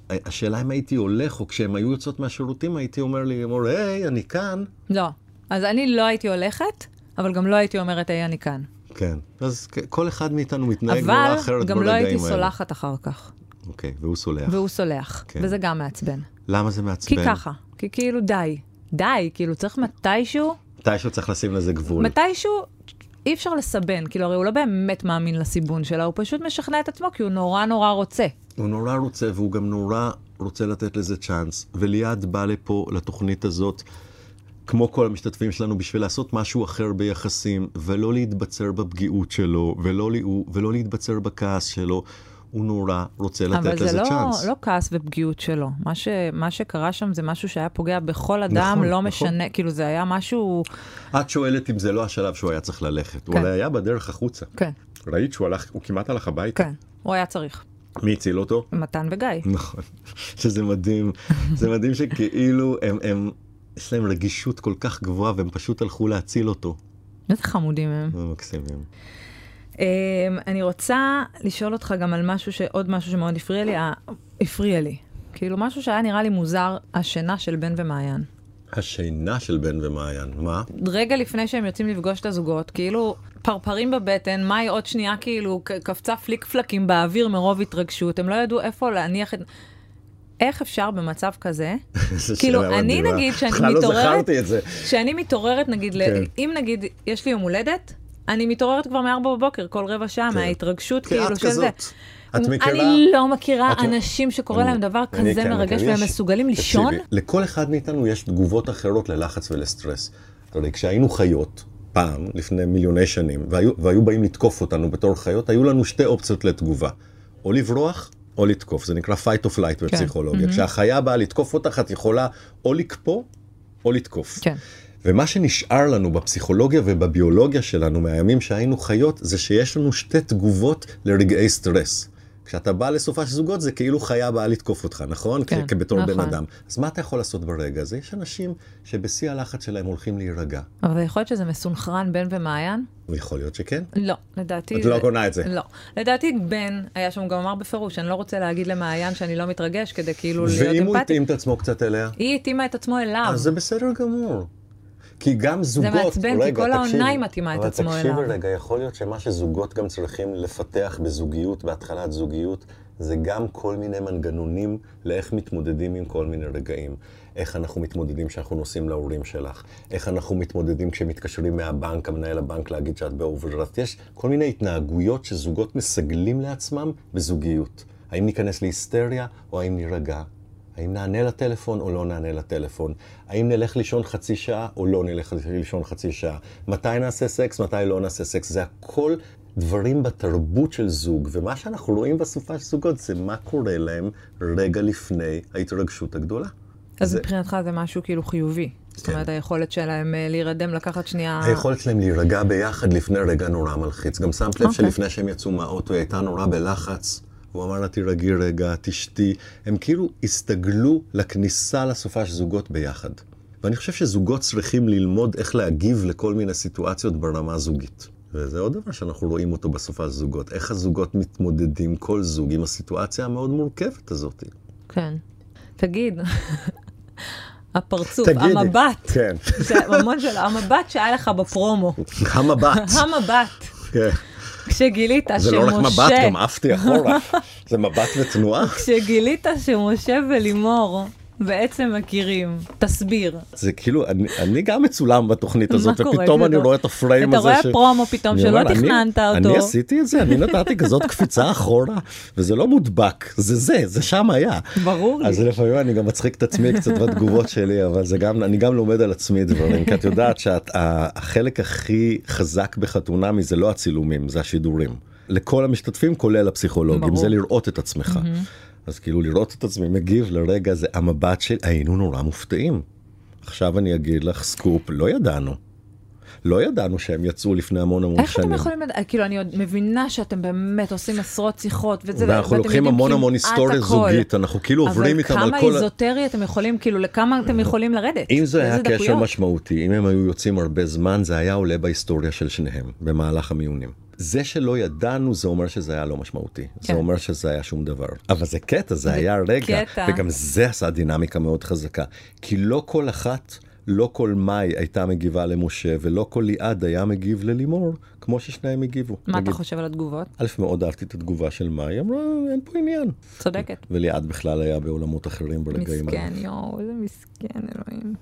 [SPEAKER 2] השאלה אם הייתי הולך, או כשהם היו יוצאות מהשירותים, הייתי אומר לי, אמור, היי, אני כאן.
[SPEAKER 1] לא. אז אני לא הייתי הולכת, אבל גם לא הייתי אומרת, היי, אני כאן.
[SPEAKER 2] כן. אז כ- כל אחד מאיתנו מתנהג
[SPEAKER 1] אבל
[SPEAKER 2] נורא אחרת
[SPEAKER 1] גם לא
[SPEAKER 2] ברגעים
[SPEAKER 1] הייתי
[SPEAKER 2] האלה.
[SPEAKER 1] סולחת אחר כך.
[SPEAKER 2] אוקיי, והוא סולח.
[SPEAKER 1] והוא סולח.
[SPEAKER 2] כן.
[SPEAKER 1] וזה גם מעצבן.
[SPEAKER 2] למה זה מעצבן?
[SPEAKER 1] כי ככה. כי כאילו, די. די. כאילו, צריך מתישהו
[SPEAKER 2] מתישהו צריך לשים לזה גבול.
[SPEAKER 1] מתישהו אי אפשר לסבן, כאילו הרי הוא לא באמת מאמין לסיבון שלה, הוא פשוט משכנע את עצמו כי הוא נורא נורא רוצה.
[SPEAKER 2] הוא נורא רוצה, והוא גם נורא רוצה לתת לזה צ'אנס. וליעד בא לפה, לתוכנית הזאת, כמו כל המשתתפים שלנו, בשביל לעשות משהו אחר ביחסים, ולא להתבצר בפגיעות שלו, ולא, לי- הוא- ולא להתבצר בכעס שלו. הוא נורא רוצה לתת
[SPEAKER 1] אבל
[SPEAKER 2] לזה
[SPEAKER 1] זה לא,
[SPEAKER 2] צ'אנס.
[SPEAKER 1] לא כעס ופגיעות שלו. מה, ש, מה שקרה שם זה משהו שהיה פוגע בכל אדם,
[SPEAKER 2] נכון,
[SPEAKER 1] לא
[SPEAKER 2] נכון.
[SPEAKER 1] משנה, כאילו זה היה משהו...
[SPEAKER 2] את שואלת אם זה לא השלב שהוא היה צריך ללכת. הוא
[SPEAKER 1] כן.
[SPEAKER 2] אולי היה בדרך החוצה.
[SPEAKER 1] כן,
[SPEAKER 2] ראית שהוא הלך, הוא כמעט הלך הביתה.
[SPEAKER 1] כן, הוא היה צריך.
[SPEAKER 2] מי הציל אותו?
[SPEAKER 1] מתן וגיא.
[SPEAKER 2] נכון, שזה מדהים, זה מדהים שכאילו הם, הם, יש להם רגישות כל כך גבוהה והם פשוט הלכו להציל אותו.
[SPEAKER 1] איזה חמודים הם.
[SPEAKER 2] הם מקסימים.
[SPEAKER 1] אמ, אני רוצה לשאול אותך גם על משהו, ש... עוד משהו שמאוד הפריע לי, ה- הפריע לי. כאילו משהו שהיה נראה לי מוזר, השינה של בן ומעיין.
[SPEAKER 2] השינה של בן ומעיין, מה?
[SPEAKER 1] רגע לפני שהם יוצאים לפגוש את הזוגות, כאילו פרפרים בבטן, מאי עוד שנייה כאילו ק- קפצה פליק פלקים באוויר מרוב התרגשות, הם לא ידעו איפה להניח את... איך אפשר במצב כזה,
[SPEAKER 2] איזה
[SPEAKER 1] כאילו,
[SPEAKER 2] שאלה
[SPEAKER 1] אני
[SPEAKER 2] מדהימה.
[SPEAKER 1] נגיד שאני
[SPEAKER 2] בכלל לא
[SPEAKER 1] מתעוררת-
[SPEAKER 2] זכרתי את זה.
[SPEAKER 1] שאני מתעוררת נגיד, ל...
[SPEAKER 2] כן.
[SPEAKER 1] אם נגיד יש לי יום הולדת, אני מתעוררת כבר מ-4 בבוקר כל רבע שעה מההתרגשות
[SPEAKER 2] כן. כי
[SPEAKER 1] כאילו
[SPEAKER 2] את
[SPEAKER 1] של זה.
[SPEAKER 2] כזאת. את מכירה?
[SPEAKER 1] אני לא מכירה
[SPEAKER 2] את-
[SPEAKER 1] אנשים שקורה
[SPEAKER 2] אני-
[SPEAKER 1] להם דבר
[SPEAKER 2] אני
[SPEAKER 1] כזה
[SPEAKER 2] כן
[SPEAKER 1] מרגש
[SPEAKER 2] מכיר.
[SPEAKER 1] והם
[SPEAKER 2] יש-
[SPEAKER 1] מסוגלים לישון.
[SPEAKER 2] תקשיבי, לכל אחד מאיתנו יש תגובות אחרות ללחץ ולסטרס. הרי כשהיינו חיות, פעם, לפני מיליוני שנים, והיו, והיו באים לתקוף אותנו בתור חיות, היו לנו שתי אופציות לתגובה. או לברוח, או
[SPEAKER 1] כן.
[SPEAKER 2] לתקוף. זה נקרא fight of light בפסיכולוגיה. כשהחיה באה לתקוף אותך, את יכולה או לקפוא, או לתקוף.
[SPEAKER 1] כן.
[SPEAKER 2] ומה שנשאר לנו בפסיכולוגיה ובביולוגיה שלנו מהימים שהיינו חיות, זה שיש לנו שתי תגובות לרגעי סטרס. כשאתה בא לסופה של זוגות, זה כאילו חיה באה לתקוף אותך, נכון?
[SPEAKER 1] כן,
[SPEAKER 2] כ- כבתור בן
[SPEAKER 1] נכון.
[SPEAKER 2] אדם. אז מה אתה יכול לעשות ברגע הזה? יש אנשים שבשיא הלחץ שלהם הולכים להירגע.
[SPEAKER 1] אבל יכול להיות שזה מסונכרן בן ומעיין?
[SPEAKER 2] יכול להיות שכן.
[SPEAKER 1] לא, לדעתי...
[SPEAKER 2] את לא
[SPEAKER 1] זה-
[SPEAKER 2] קונה את זה.
[SPEAKER 1] לא. לדעתי בן, היה שם, הוא גם אמר בפירוש, אני לא רוצה להגיד למעיין שאני לא מתרגש כדי כאילו להיות
[SPEAKER 2] ואם הוא
[SPEAKER 1] אמפתי.
[SPEAKER 2] התאים את עצמו קצת אליה?
[SPEAKER 1] היא התאימה את עצמו אליו.
[SPEAKER 2] אז זה בסדר גמור. כי גם זוגות,
[SPEAKER 1] מעצבן, כי
[SPEAKER 2] רגע,
[SPEAKER 1] כל העונה
[SPEAKER 2] תקשיבי,
[SPEAKER 1] היא מתאימה את עצמו
[SPEAKER 2] אבל תקשיבי
[SPEAKER 1] אליו.
[SPEAKER 2] רגע, יכול להיות שמה שזוגות גם צריכים לפתח בזוגיות, בהתחלת זוגיות, זה גם כל מיני מנגנונים לאיך מתמודדים עם כל מיני רגעים. איך אנחנו מתמודדים כשאנחנו נוסעים להורים שלך, איך אנחנו מתמודדים כשמתקשרים מהבנק, המנהל הבנק להגיד שאת באוברדרפט. יש כל מיני התנהגויות שזוגות מסגלים לעצמם בזוגיות. האם ניכנס להיסטריה או האם נירגע? האם נענה לטלפון או לא נענה לטלפון? האם נלך לישון חצי שעה או לא נלך לישון חצי שעה? מתי נעשה סקס, מתי לא נעשה סקס? זה הכל דברים בתרבות של זוג, ומה שאנחנו רואים בסופה של זוגות זה מה קורה להם רגע לפני ההתרגשות הגדולה.
[SPEAKER 1] אז
[SPEAKER 2] זה- כן.
[SPEAKER 1] מבחינתך זה משהו כאילו חיובי. זאת אומרת, היכולת שלהם אה, להירדם, לקחת שנייה...
[SPEAKER 2] היכולת שלהם להירגע ביחד לפני רגע נורא מלחיץ. גם שמת לב
[SPEAKER 1] אוקיי.
[SPEAKER 2] שלפני שהם יצאו מהאוטו, היא הייתה נורא בלחץ. הוא אמר לה, תירגעי רגע, תשתי. הם כאילו הסתגלו לכניסה לסופה של זוגות ביחד. ואני חושב שזוגות צריכים ללמוד איך להגיב לכל מיני סיטואציות ברמה הזוגית. וזה עוד דבר שאנחנו רואים אותו בסופה של זוגות. איך הזוגות מתמודדים, כל זוג, עם הסיטואציה המאוד מורכבת הזאת.
[SPEAKER 1] כן. תגיד, הפרצוף,
[SPEAKER 2] תגידי.
[SPEAKER 1] המבט,
[SPEAKER 2] כן.
[SPEAKER 1] זה המון של המבט שהיה לך בפרומו.
[SPEAKER 2] המבט.
[SPEAKER 1] המבט,
[SPEAKER 2] כן.
[SPEAKER 1] כשגילית
[SPEAKER 2] זה לא רק מבט,
[SPEAKER 1] שמשה,
[SPEAKER 2] גם עפתי אחורה. זה מבט ותנועה.
[SPEAKER 1] כשגילית שמשה ולימור בעצם מכירים, תסביר.
[SPEAKER 2] זה כאילו, אני, אני גם מצולם בתוכנית
[SPEAKER 1] מה
[SPEAKER 2] הזאת,
[SPEAKER 1] קורה?
[SPEAKER 2] ופתאום אני
[SPEAKER 1] כאילו,
[SPEAKER 2] רואה את הפריים
[SPEAKER 1] אתה
[SPEAKER 2] הזה.
[SPEAKER 1] רואה
[SPEAKER 2] ש-
[SPEAKER 1] פרומו פתאום
[SPEAKER 2] אני
[SPEAKER 1] שלא
[SPEAKER 2] אומר, אני-
[SPEAKER 1] תכננת אותו.
[SPEAKER 2] אני עשיתי את זה, אני נתתי כזאת קפיצה אחורה, וזה לא מודבק, זה זה, זה שם היה.
[SPEAKER 1] ברור לי.
[SPEAKER 2] אז לפעמים אני גם מצחיק את עצמי קצת בתגובות שלי, אבל זה גם, אני גם לומד על עצמי דברים, כי את יודעת שהחלק הכי חזק בחתונמי זה לא הצילומים, זה השידורים. לכל המשתתפים, כולל הפסיכולוגים,
[SPEAKER 1] ברור.
[SPEAKER 2] זה לראות את עצמך. אז כאילו לראות את עצמי מגיב לרגע זה המבט של היינו נורא מופתעים. עכשיו אני אגיד לך סקופ, לא ידענו. לא ידענו שהם יצאו לפני המון המון
[SPEAKER 1] איך
[SPEAKER 2] שנים.
[SPEAKER 1] אתם יכולים לדעת, כאילו אני עוד מבינה שאתם באמת עושים עשרות שיחות וזה,
[SPEAKER 2] ואנחנו
[SPEAKER 1] ואתם
[SPEAKER 2] לוקחים
[SPEAKER 1] יודעים
[SPEAKER 2] המון המון
[SPEAKER 1] כמעט
[SPEAKER 2] היסטוריה
[SPEAKER 1] הכל.
[SPEAKER 2] זוגית, אנחנו כאילו עוברים איתם על
[SPEAKER 1] אבל
[SPEAKER 2] כל...
[SPEAKER 1] כמה
[SPEAKER 2] ה-
[SPEAKER 1] איזוטרי אתם יכולים, כאילו לכמה אתם יכולים לרדת?
[SPEAKER 2] אם זה היה
[SPEAKER 1] לאיזה
[SPEAKER 2] קשר
[SPEAKER 1] דקויות?
[SPEAKER 2] משמעותי, אם הם היו יוצאים הרבה זמן, זה היה עולה בהיסטוריה של שניהם, במהלך המיונים. זה שלא ידענו, זה אומר שזה היה לא משמעותי.
[SPEAKER 1] כן.
[SPEAKER 2] זה אומר שזה היה שום דבר. אבל זה קטע, זה היה רגע.
[SPEAKER 1] קטע.
[SPEAKER 2] וגם זה עשה דינמיקה מאוד חזקה. כי לא כל אחת, לא כל מאי הייתה מגיבה למשה, ולא כל ליעד היה מגיב ללימור, כמו ששניהם הגיבו.
[SPEAKER 1] מה אתה
[SPEAKER 2] נגיד,
[SPEAKER 1] חושב על התגובות?
[SPEAKER 2] א', מאוד אהבתי את התגובה של מאי, היא אמרה, אין פה עניין.
[SPEAKER 1] צודקת.
[SPEAKER 2] וליעד בכלל היה בעולמות אחרים ברגעים האלה.
[SPEAKER 1] מסכן, יואו, איזה מסכן, אלוהים.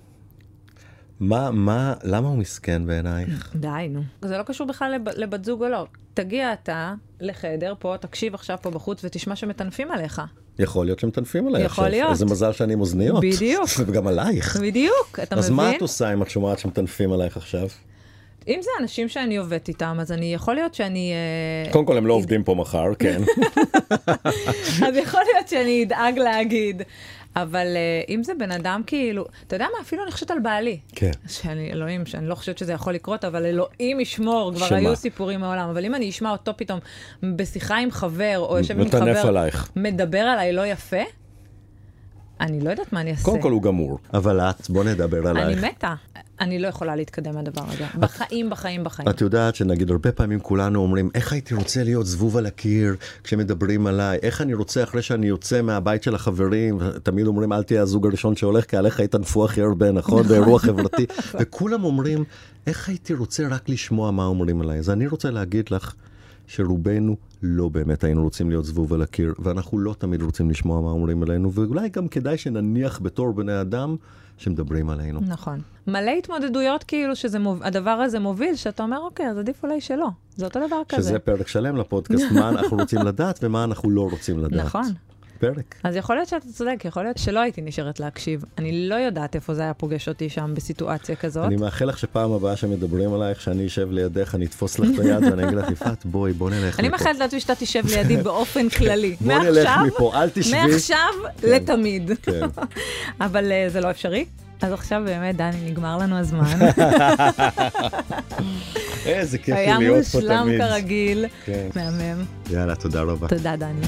[SPEAKER 2] מה, מה, למה הוא מסכן בעינייך?
[SPEAKER 1] די, נו. זה לא קשור בכלל לב- לבת זוג או לא. תגיע אתה לחדר פה, תקשיב עכשיו פה בחוץ ותשמע שמטנפים עליך.
[SPEAKER 2] יכול להיות שמטנפים עלייך.
[SPEAKER 1] יכול
[SPEAKER 2] עכשיו.
[SPEAKER 1] להיות.
[SPEAKER 2] איזה מזל שאני עם אוזניות.
[SPEAKER 1] בדיוק.
[SPEAKER 2] וגם עלייך.
[SPEAKER 1] בדיוק, אתה
[SPEAKER 2] אז
[SPEAKER 1] מבין?
[SPEAKER 2] מה את עושה אם את שומעת שמטנפים עלייך עכשיו?
[SPEAKER 1] אם זה אנשים שאני עובדת איתם, אז אני, יכול להיות שאני... אה,
[SPEAKER 2] קודם כל הם לא עובדים פה מחר, כן.
[SPEAKER 1] אז יכול להיות שאני אדאג להגיד. אבל אה, אם זה בן אדם כאילו, אתה יודע מה, אפילו אני חושבת על בעלי.
[SPEAKER 2] כן.
[SPEAKER 1] שאני, אלוהים, שאני לא חושבת שזה יכול לקרות, אבל אלוהים ישמור, כבר
[SPEAKER 2] שמה?
[SPEAKER 1] היו סיפורים מעולם. אבל אם אני אשמע אותו פתאום בשיחה עם חבר, או יושב עם
[SPEAKER 2] מטנף
[SPEAKER 1] חבר,
[SPEAKER 2] עלייך.
[SPEAKER 1] מדבר עליי לא יפה, אני לא יודעת מה אני אעשה.
[SPEAKER 2] קודם כל הוא גמור. אבל את, בוא נדבר
[SPEAKER 1] אני
[SPEAKER 2] עלייך.
[SPEAKER 1] מתה. אני לא יכולה להתקדם מהדבר הזה. בחיים, בחיים, בחיים.
[SPEAKER 2] את יודעת שנגיד הרבה פעמים כולנו אומרים, איך הייתי רוצה להיות זבוב על הקיר כשמדברים עליי? איך אני רוצה אחרי שאני יוצא מהבית של החברים? תמיד אומרים, אל תהיה הזוג הראשון שהולך, כי עליך יטנפו הכי הרבה, נכון? באירוע חברתי. וכולם אומרים, איך הייתי רוצה רק לשמוע מה אומרים עליי? אז אני רוצה להגיד לך שרובנו לא באמת היינו רוצים להיות זבוב על הקיר, ואנחנו לא תמיד רוצים לשמוע מה אומרים עלינו, ואולי גם כדאי שנניח בתור בני אדם שמדברים עלינו.
[SPEAKER 1] נכון. מלא התמודדויות כאילו שהדבר הזה מוביל, שאתה אומר, אוקיי, אז עדיף אולי שלא. זה אותו דבר כזה.
[SPEAKER 2] שזה פרק שלם לפודקאסט, מה אנחנו רוצים לדעת ומה אנחנו לא רוצים לדעת.
[SPEAKER 1] נכון.
[SPEAKER 2] פרק.
[SPEAKER 1] אז יכול להיות שאתה צודק, יכול להיות שלא הייתי נשארת להקשיב. אני לא יודעת איפה זה היה פוגש אותי שם בסיטואציה כזאת.
[SPEAKER 2] אני מאחל לך שפעם הבאה שמדברים עלייך, שאני אשב לידך, אני אתפוס לך את היד ואני אגיד לך, יפעת, בואי, בוא נלך
[SPEAKER 1] אני
[SPEAKER 2] מפה.
[SPEAKER 1] מאחלת לעצמי שאתה תשב לידי באופן כללי.
[SPEAKER 2] בוא נלך
[SPEAKER 1] מעכשיו-
[SPEAKER 2] מפה, אל תשבי.
[SPEAKER 1] מעכשיו לתמיד.
[SPEAKER 2] כן.
[SPEAKER 1] אבל אה, זה לא אפשרי. אז עכשיו באמת, דני, נגמר לנו הזמן.
[SPEAKER 2] איזה כיף לי
[SPEAKER 1] היה
[SPEAKER 2] להיות פה תמיד.
[SPEAKER 1] מושלם כרגיל.
[SPEAKER 2] כן.
[SPEAKER 1] מהמם.
[SPEAKER 2] יאללה, תודה רבה.
[SPEAKER 1] תודה, דני.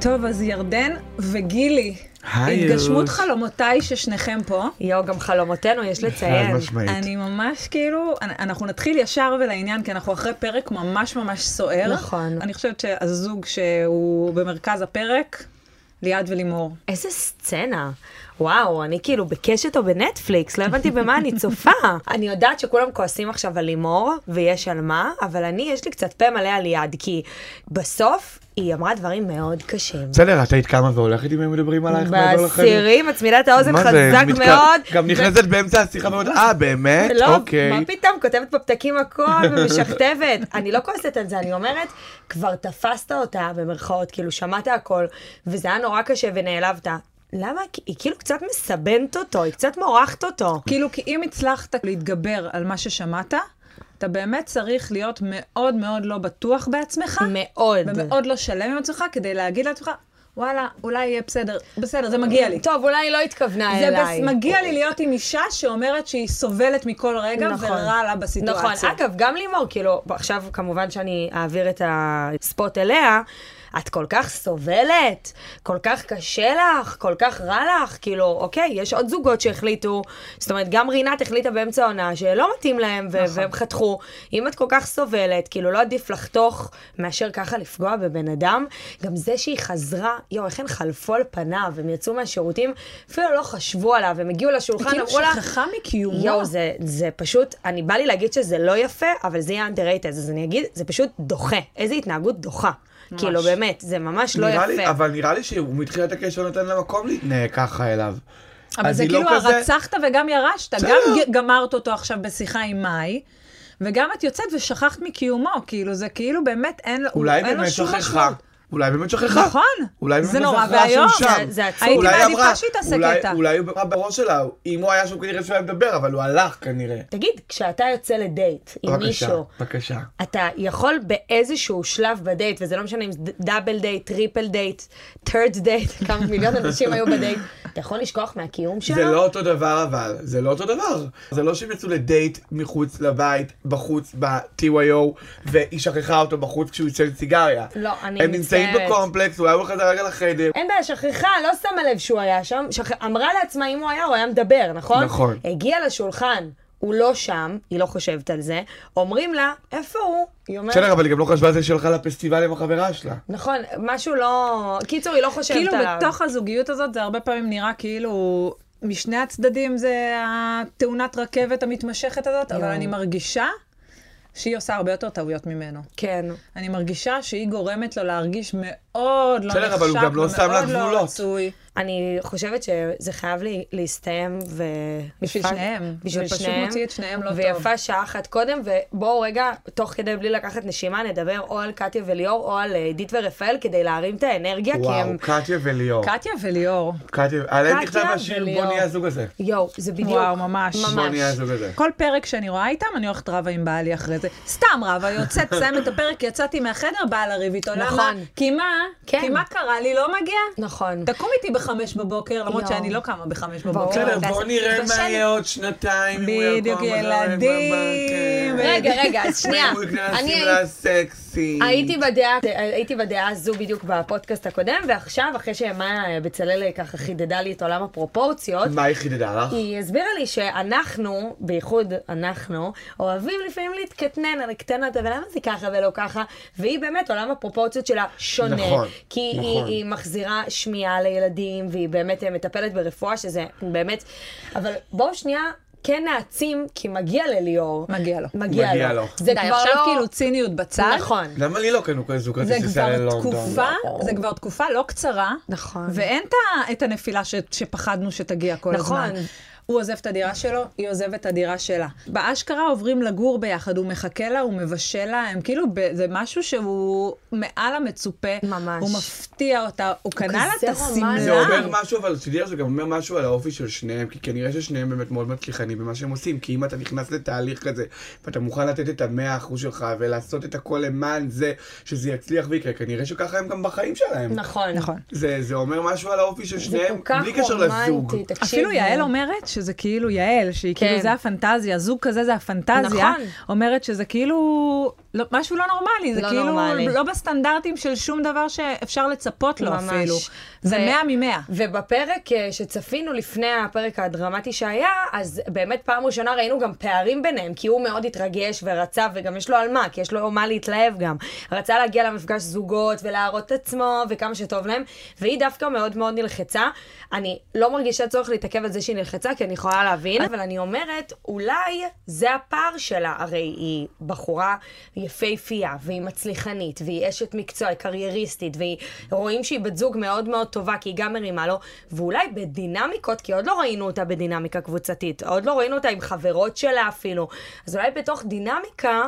[SPEAKER 1] טוב, אז ירדן וגילי,
[SPEAKER 3] היי,
[SPEAKER 1] התגשמות
[SPEAKER 3] רות.
[SPEAKER 1] חלומותיי ששניכם פה.
[SPEAKER 4] יואו, גם חלומותינו, יש
[SPEAKER 3] חד
[SPEAKER 4] לציין.
[SPEAKER 3] משמעית.
[SPEAKER 1] אני ממש כאילו, אנ- אנחנו נתחיל ישר ולעניין, כי אנחנו אחרי פרק ממש ממש סוער.
[SPEAKER 4] נכון.
[SPEAKER 1] אני חושבת שהזוג שהוא במרכז הפרק, ליעד ולימור.
[SPEAKER 4] איזה סצנה. וואו, אני כאילו בקשת או בנטפליקס, לא הבנתי במה אני צופה. אני יודעת שכולם כועסים עכשיו על לימור, ויש על מה, אבל אני, יש לי קצת פה מלא על יד, כי בסוף היא אמרה דברים מאוד קשים.
[SPEAKER 3] בסדר, את היית קמה והולכת אם הם מדברים עלייך מעבר לחדר?
[SPEAKER 4] באסירים, מצמידה את האוזן
[SPEAKER 3] מה זה,
[SPEAKER 4] חזק
[SPEAKER 3] מתק-
[SPEAKER 4] מאוד.
[SPEAKER 3] גם נכנסת באמצע השיחה ועוד, אה, באמת?
[SPEAKER 4] לא,
[SPEAKER 3] אוקיי.
[SPEAKER 4] מה פתאום, כותבת בפתקים הכל ומשכתבת. אני לא כועסת על זה, אני אומרת, כבר תפסת אותה, במרכאות, כאילו, שמעת הכל, וזה היה נורא קשה ונעלבת. למה? כי היא כאילו קצת מסבנת אותו, היא קצת מורחת אותו.
[SPEAKER 1] כאילו, כי אם הצלחת להתגבר על מה ששמעת, אתה באמת צריך להיות מאוד מאוד לא בטוח בעצמך,
[SPEAKER 4] מאוד.
[SPEAKER 1] ומאוד לא שלם עם עצמך, כדי להגיד לעצמך, וואלה, אולי יהיה בסדר, בסדר, זה מגיע לי.
[SPEAKER 4] טוב, אולי היא לא התכוונה
[SPEAKER 1] זה
[SPEAKER 4] אליי.
[SPEAKER 1] בס... מגיע לי להיות עם אישה שאומרת שהיא סובלת מכל רגע,
[SPEAKER 4] נכון.
[SPEAKER 1] ורע לה בסיטואציה.
[SPEAKER 4] נכון, אגב, גם לימור, כאילו, עכשיו כמובן שאני אעביר את הספוט אליה, את כל כך סובלת, כל כך קשה לך, כל כך רע לך, כאילו, אוקיי, יש עוד זוגות שהחליטו, זאת אומרת, גם רינת החליטה באמצע העונה שלא מתאים להם, ו-
[SPEAKER 1] נכון.
[SPEAKER 4] והם חתכו. אם את כל כך סובלת, כאילו, לא עדיף לחתוך מאשר ככה לפגוע בבן אדם? גם זה שהיא חזרה, יואו, איך הן חלפו על פניו, הם יצאו מהשירותים, אפילו לא חשבו עליו, הם הגיעו
[SPEAKER 1] היא
[SPEAKER 4] לשולחן,
[SPEAKER 1] כאילו
[SPEAKER 4] אמרו לה...
[SPEAKER 1] שכחה מקיומו.
[SPEAKER 4] יואו, זה, זה פשוט, אני בא לי להגיד שזה לא יפה, אבל זה יהיה underrated, אז אני אגיד, זה פשוט דוחה. איזו התנהגות דוחה. ממש. כאילו, באמת, זה ממש לא
[SPEAKER 3] נראה
[SPEAKER 4] יפה.
[SPEAKER 3] לי, אבל נראה לי שהוא מתחילת הקשר נתן לה מקום להתנהג ככה אליו.
[SPEAKER 1] אבל
[SPEAKER 3] אז
[SPEAKER 1] זה
[SPEAKER 3] היא לא
[SPEAKER 1] כאילו
[SPEAKER 3] כזה-
[SPEAKER 1] הרצחת וגם ירשת,
[SPEAKER 3] בסדר.
[SPEAKER 1] גם ג- גמרת אותו עכשיו בשיחה עם מאי. וגם את יוצאת ושכחת מקיומו, כאילו, זה כאילו באמת אין לו אין
[SPEAKER 3] אולי
[SPEAKER 1] לו
[SPEAKER 3] באמת לא
[SPEAKER 1] שום
[SPEAKER 3] שכחה.
[SPEAKER 1] משמעות.
[SPEAKER 3] אולי באמת שכחה.
[SPEAKER 1] נכון.
[SPEAKER 3] אולי
[SPEAKER 1] זה
[SPEAKER 3] באמת
[SPEAKER 1] נורא
[SPEAKER 3] שכחה
[SPEAKER 1] ואיום.
[SPEAKER 3] שהוא שם.
[SPEAKER 4] זה- זה עצוב.
[SPEAKER 1] הייתי
[SPEAKER 3] אולי היא
[SPEAKER 1] מעדיפה
[SPEAKER 3] אמרה-
[SPEAKER 1] שיתעסק
[SPEAKER 3] אולי-
[SPEAKER 1] איתה.
[SPEAKER 3] אולי הוא אמרה בראש שלה, אם הוא היה שם כנראה שהוא היה מדבר, אבל הוא הלך כנראה.
[SPEAKER 4] תגיד, כשאתה יוצא לדייט עם
[SPEAKER 3] בבקשה,
[SPEAKER 4] מישהו,
[SPEAKER 3] בבקשה.
[SPEAKER 4] אתה יכול באיזשהו שלב בדייט, וזה לא משנה אם זה דאבל דייט, טריפל דייט, טרד דייט, כמה מיליון אנשים היו בדייט, אתה יכול לשכוח מהקיום שלו?
[SPEAKER 3] זה לא אותו דבר אבל, זה לא אותו דבר. זה לא שהם יצאו לדייט מחוץ לבית, בחוץ, ב-TYO, והיא שכחה אותו בחוץ כשהוא עישן סיגריה.
[SPEAKER 4] לא, אני
[SPEAKER 3] הם נמצאים
[SPEAKER 4] מצטערת.
[SPEAKER 3] בקומפלקס, אולי הוא חזר רגע לחדר.
[SPEAKER 4] אין בעיה, שכחה, לא שמה לב שהוא היה שם. שכ... אמרה לעצמה אם הוא היה, הוא היה מדבר, נכון?
[SPEAKER 3] נכון.
[SPEAKER 4] הגיע לשולחן, הוא לא שם, היא לא חושבת על זה. אומרים לה, איפה הוא? היא אומרת...
[SPEAKER 3] בסדר, אבל היא גם לא חשבה על זה שהלכה לפסטיבל עם החברה שלה.
[SPEAKER 4] נכון, משהו לא... קיצור, היא לא חושבת
[SPEAKER 1] כאילו,
[SPEAKER 4] עליו.
[SPEAKER 1] בתוך הזוגיות הזאת זה הרבה פעמים נראה כאילו, משני הצדדים זה התאונת רכבת המתמשכת הזאת, אבל
[SPEAKER 4] יואו.
[SPEAKER 1] אני מרגישה שהיא עושה הרבה יותר טעויות ממנו.
[SPEAKER 4] כן.
[SPEAKER 1] אני מרגישה שהיא גורמת לו להרגיש מאוד לא נחשק,
[SPEAKER 3] בסדר, אבל הוא גם לא שם לה
[SPEAKER 1] ומאוד לא
[SPEAKER 3] גבולות.
[SPEAKER 1] רצוי.
[SPEAKER 4] אני חושבת שזה חייב לי, להסתיים ו...
[SPEAKER 1] בשביל
[SPEAKER 4] יפה-
[SPEAKER 1] שניהם.
[SPEAKER 4] בשביל
[SPEAKER 1] זה פשוט
[SPEAKER 4] שניהם.
[SPEAKER 1] מוציא את שניהם לא טוב.
[SPEAKER 4] ויפה שעה אחת קודם, ובואו רגע, תוך כדי בלי לקחת נשימה, נדבר או על קטיה וליאור או על אה, עידית ורפאל כדי להרים את האנרגיה, כי הם...
[SPEAKER 3] וואו, קטיה וליאור.
[SPEAKER 1] קטיה וליאור.
[SPEAKER 3] קטיה, עליהם
[SPEAKER 4] קטיה
[SPEAKER 3] נכתב השיר בוא
[SPEAKER 4] וליאור.
[SPEAKER 3] נהיה הזוג הזה.
[SPEAKER 4] יואו, זה בדיוק.
[SPEAKER 1] וואו, ממש.
[SPEAKER 3] בוא נהיה הזוג הזה.
[SPEAKER 1] כל פרק שאני רואה איתם, אני הולכת רבה עם בעלי אחרי זה. סתם רבה, יוצאת, מסיימת את הפרק, יצאתי מהחדר, באה לריב איתו. למה?
[SPEAKER 4] נכון.
[SPEAKER 1] כי מה?
[SPEAKER 4] כן.
[SPEAKER 1] כי מה קרה לי? לא מגיע?
[SPEAKER 4] נכון.
[SPEAKER 1] תקום איתי בחמש בבוקר, למרות
[SPEAKER 4] יואו.
[SPEAKER 1] שאני לא קמה בחמש
[SPEAKER 4] ברור.
[SPEAKER 1] בבוקר.
[SPEAKER 3] בסדר,
[SPEAKER 4] אבל
[SPEAKER 3] בוא
[SPEAKER 4] זה-
[SPEAKER 3] נראה
[SPEAKER 4] זה
[SPEAKER 3] מה
[SPEAKER 4] שאני-
[SPEAKER 3] יהיה עוד שנתיים. אם הוא יקום,
[SPEAKER 1] בדיוק,
[SPEAKER 3] אני לא יודעת מה,
[SPEAKER 1] ילדים.
[SPEAKER 3] כן.
[SPEAKER 4] רגע, רגע, אז שנייה.
[SPEAKER 3] הוא יקנה
[SPEAKER 4] אני
[SPEAKER 3] נשים
[SPEAKER 4] הייתי-
[SPEAKER 3] לסקסי.
[SPEAKER 4] הייתי בדעה, הייתי בדעה הזו בדיוק בפודקאסט הקודם, ועכשיו, אחרי שמאיה בצלאל ככה חידדה לי את עולם הפרופורציות,
[SPEAKER 3] מה היא חידדה לך?
[SPEAKER 4] היא הסבירה לי שאנחנו, בייחוד אנחנו, אוהבים לפעמים להתקטנן על הקטנות, אבל למה זה ככה ולא ככה? והיא באמת, עולם הפרופורציות שלה שונה.
[SPEAKER 3] נכון,
[SPEAKER 4] כי היא,
[SPEAKER 3] נכון.
[SPEAKER 4] היא מחזירה שמיעה לילדים, והיא באמת אה, מטפלת ברפואה, שזה באמת... אבל בואו שנייה כן נעצים, כי מגיע לליאור.
[SPEAKER 1] מגיע לו.
[SPEAKER 4] מגיע,
[SPEAKER 3] מגיע
[SPEAKER 4] לו.
[SPEAKER 3] לו.
[SPEAKER 4] זה
[SPEAKER 1] די,
[SPEAKER 4] כבר
[SPEAKER 1] עכשיו
[SPEAKER 4] לא...
[SPEAKER 1] כאילו ציניות בצד.
[SPEAKER 4] נכון.
[SPEAKER 3] למה לי לא קנו כזה זוג
[SPEAKER 1] זה
[SPEAKER 3] כזה שסייע
[SPEAKER 1] כבר
[SPEAKER 3] ללונדון?
[SPEAKER 1] תקופה, זה כבר תקופה לא קצרה.
[SPEAKER 4] נכון.
[SPEAKER 1] ואין את ה- את הנפילה ש- שפחדנו שתגיע כל
[SPEAKER 4] נכון.
[SPEAKER 1] הזמן. הוא עוזב את הדירה שלו, היא עוזבת את הדירה שלה. באשכרה עוברים לגור ביחד, הוא מחכה לה, הוא מבשל לה, הם כאילו, ב- זה משהו שהוא מעל המצופה.
[SPEAKER 4] ממש.
[SPEAKER 1] הוא מפתיע אותה, הוא קנה לה את
[SPEAKER 4] כזה
[SPEAKER 1] השמלה.
[SPEAKER 4] רומנטי.
[SPEAKER 3] זה אומר משהו, אבל שתדעי, זה גם אומר משהו על האופי של שניהם, כי כנראה ששניהם באמת מאוד מצליחנים במה שהם עושים, כי אם אתה נכנס לתהליך כזה, ואתה מוכן לתת את המאה אחוז שלך, ולעשות את הכל למען זה, שזה יצליח ויקרה, כנראה שככה הם גם בחיים שלהם.
[SPEAKER 4] נכון.
[SPEAKER 1] נכון.
[SPEAKER 3] זה, זה אומר משהו על האופי של
[SPEAKER 4] זה
[SPEAKER 3] שניהם,
[SPEAKER 4] כל כך
[SPEAKER 3] בלי קשר לזוג.
[SPEAKER 4] רומנטי, תקשיב.
[SPEAKER 1] אפילו יעל אומרת שזה כאילו יעל, שהיא
[SPEAKER 4] כן.
[SPEAKER 1] כאילו זה הפנטזיה, זוג כזה זה הפנטזיה,
[SPEAKER 4] נכון.
[SPEAKER 1] אומרת שזה כאילו לא, משהו לא נורמלי, זה
[SPEAKER 4] לא
[SPEAKER 1] כאילו
[SPEAKER 4] נורמלי.
[SPEAKER 1] לא בסטנדרטים של שום דבר שאפשר לצפות לו
[SPEAKER 4] ממש.
[SPEAKER 1] אפילו. זה
[SPEAKER 4] לא,
[SPEAKER 1] 100
[SPEAKER 4] ו-
[SPEAKER 1] מ-100.
[SPEAKER 4] ובפרק אה, שצפינו לפני הפרק הדרמטי שהיה, אז באמת פעם ראשונה ראינו גם פערים ביניהם, כי הוא מאוד התרגש ורצה, וגם יש לו על מה, כי יש לו מה להתלהב גם. רצה להגיע למפגש זוגות ולהראות את עצמו, וכמה שטוב להם, והיא דווקא מאוד מאוד נלחצה. אני לא מרגישה צורך להתעכב על זה שהיא נלחצה, כי אני יכולה להבין, אבל אני אומרת, אולי זה הפער שלה, הרי היא בחורה יפהפייה, והיא מצליחנית, והיא אשת מקצוע, היא קרייריסטית, והיא, רואים שהיא בת זוג מאוד מאוד טובה, כי היא גם מרימה לו, ואולי בדינמיקות, כי עוד לא ראינו אותה בדינמיקה קבוצתית, עוד לא ראינו אותה עם חברות שלה אפילו, אז אולי בתוך דינמיקה,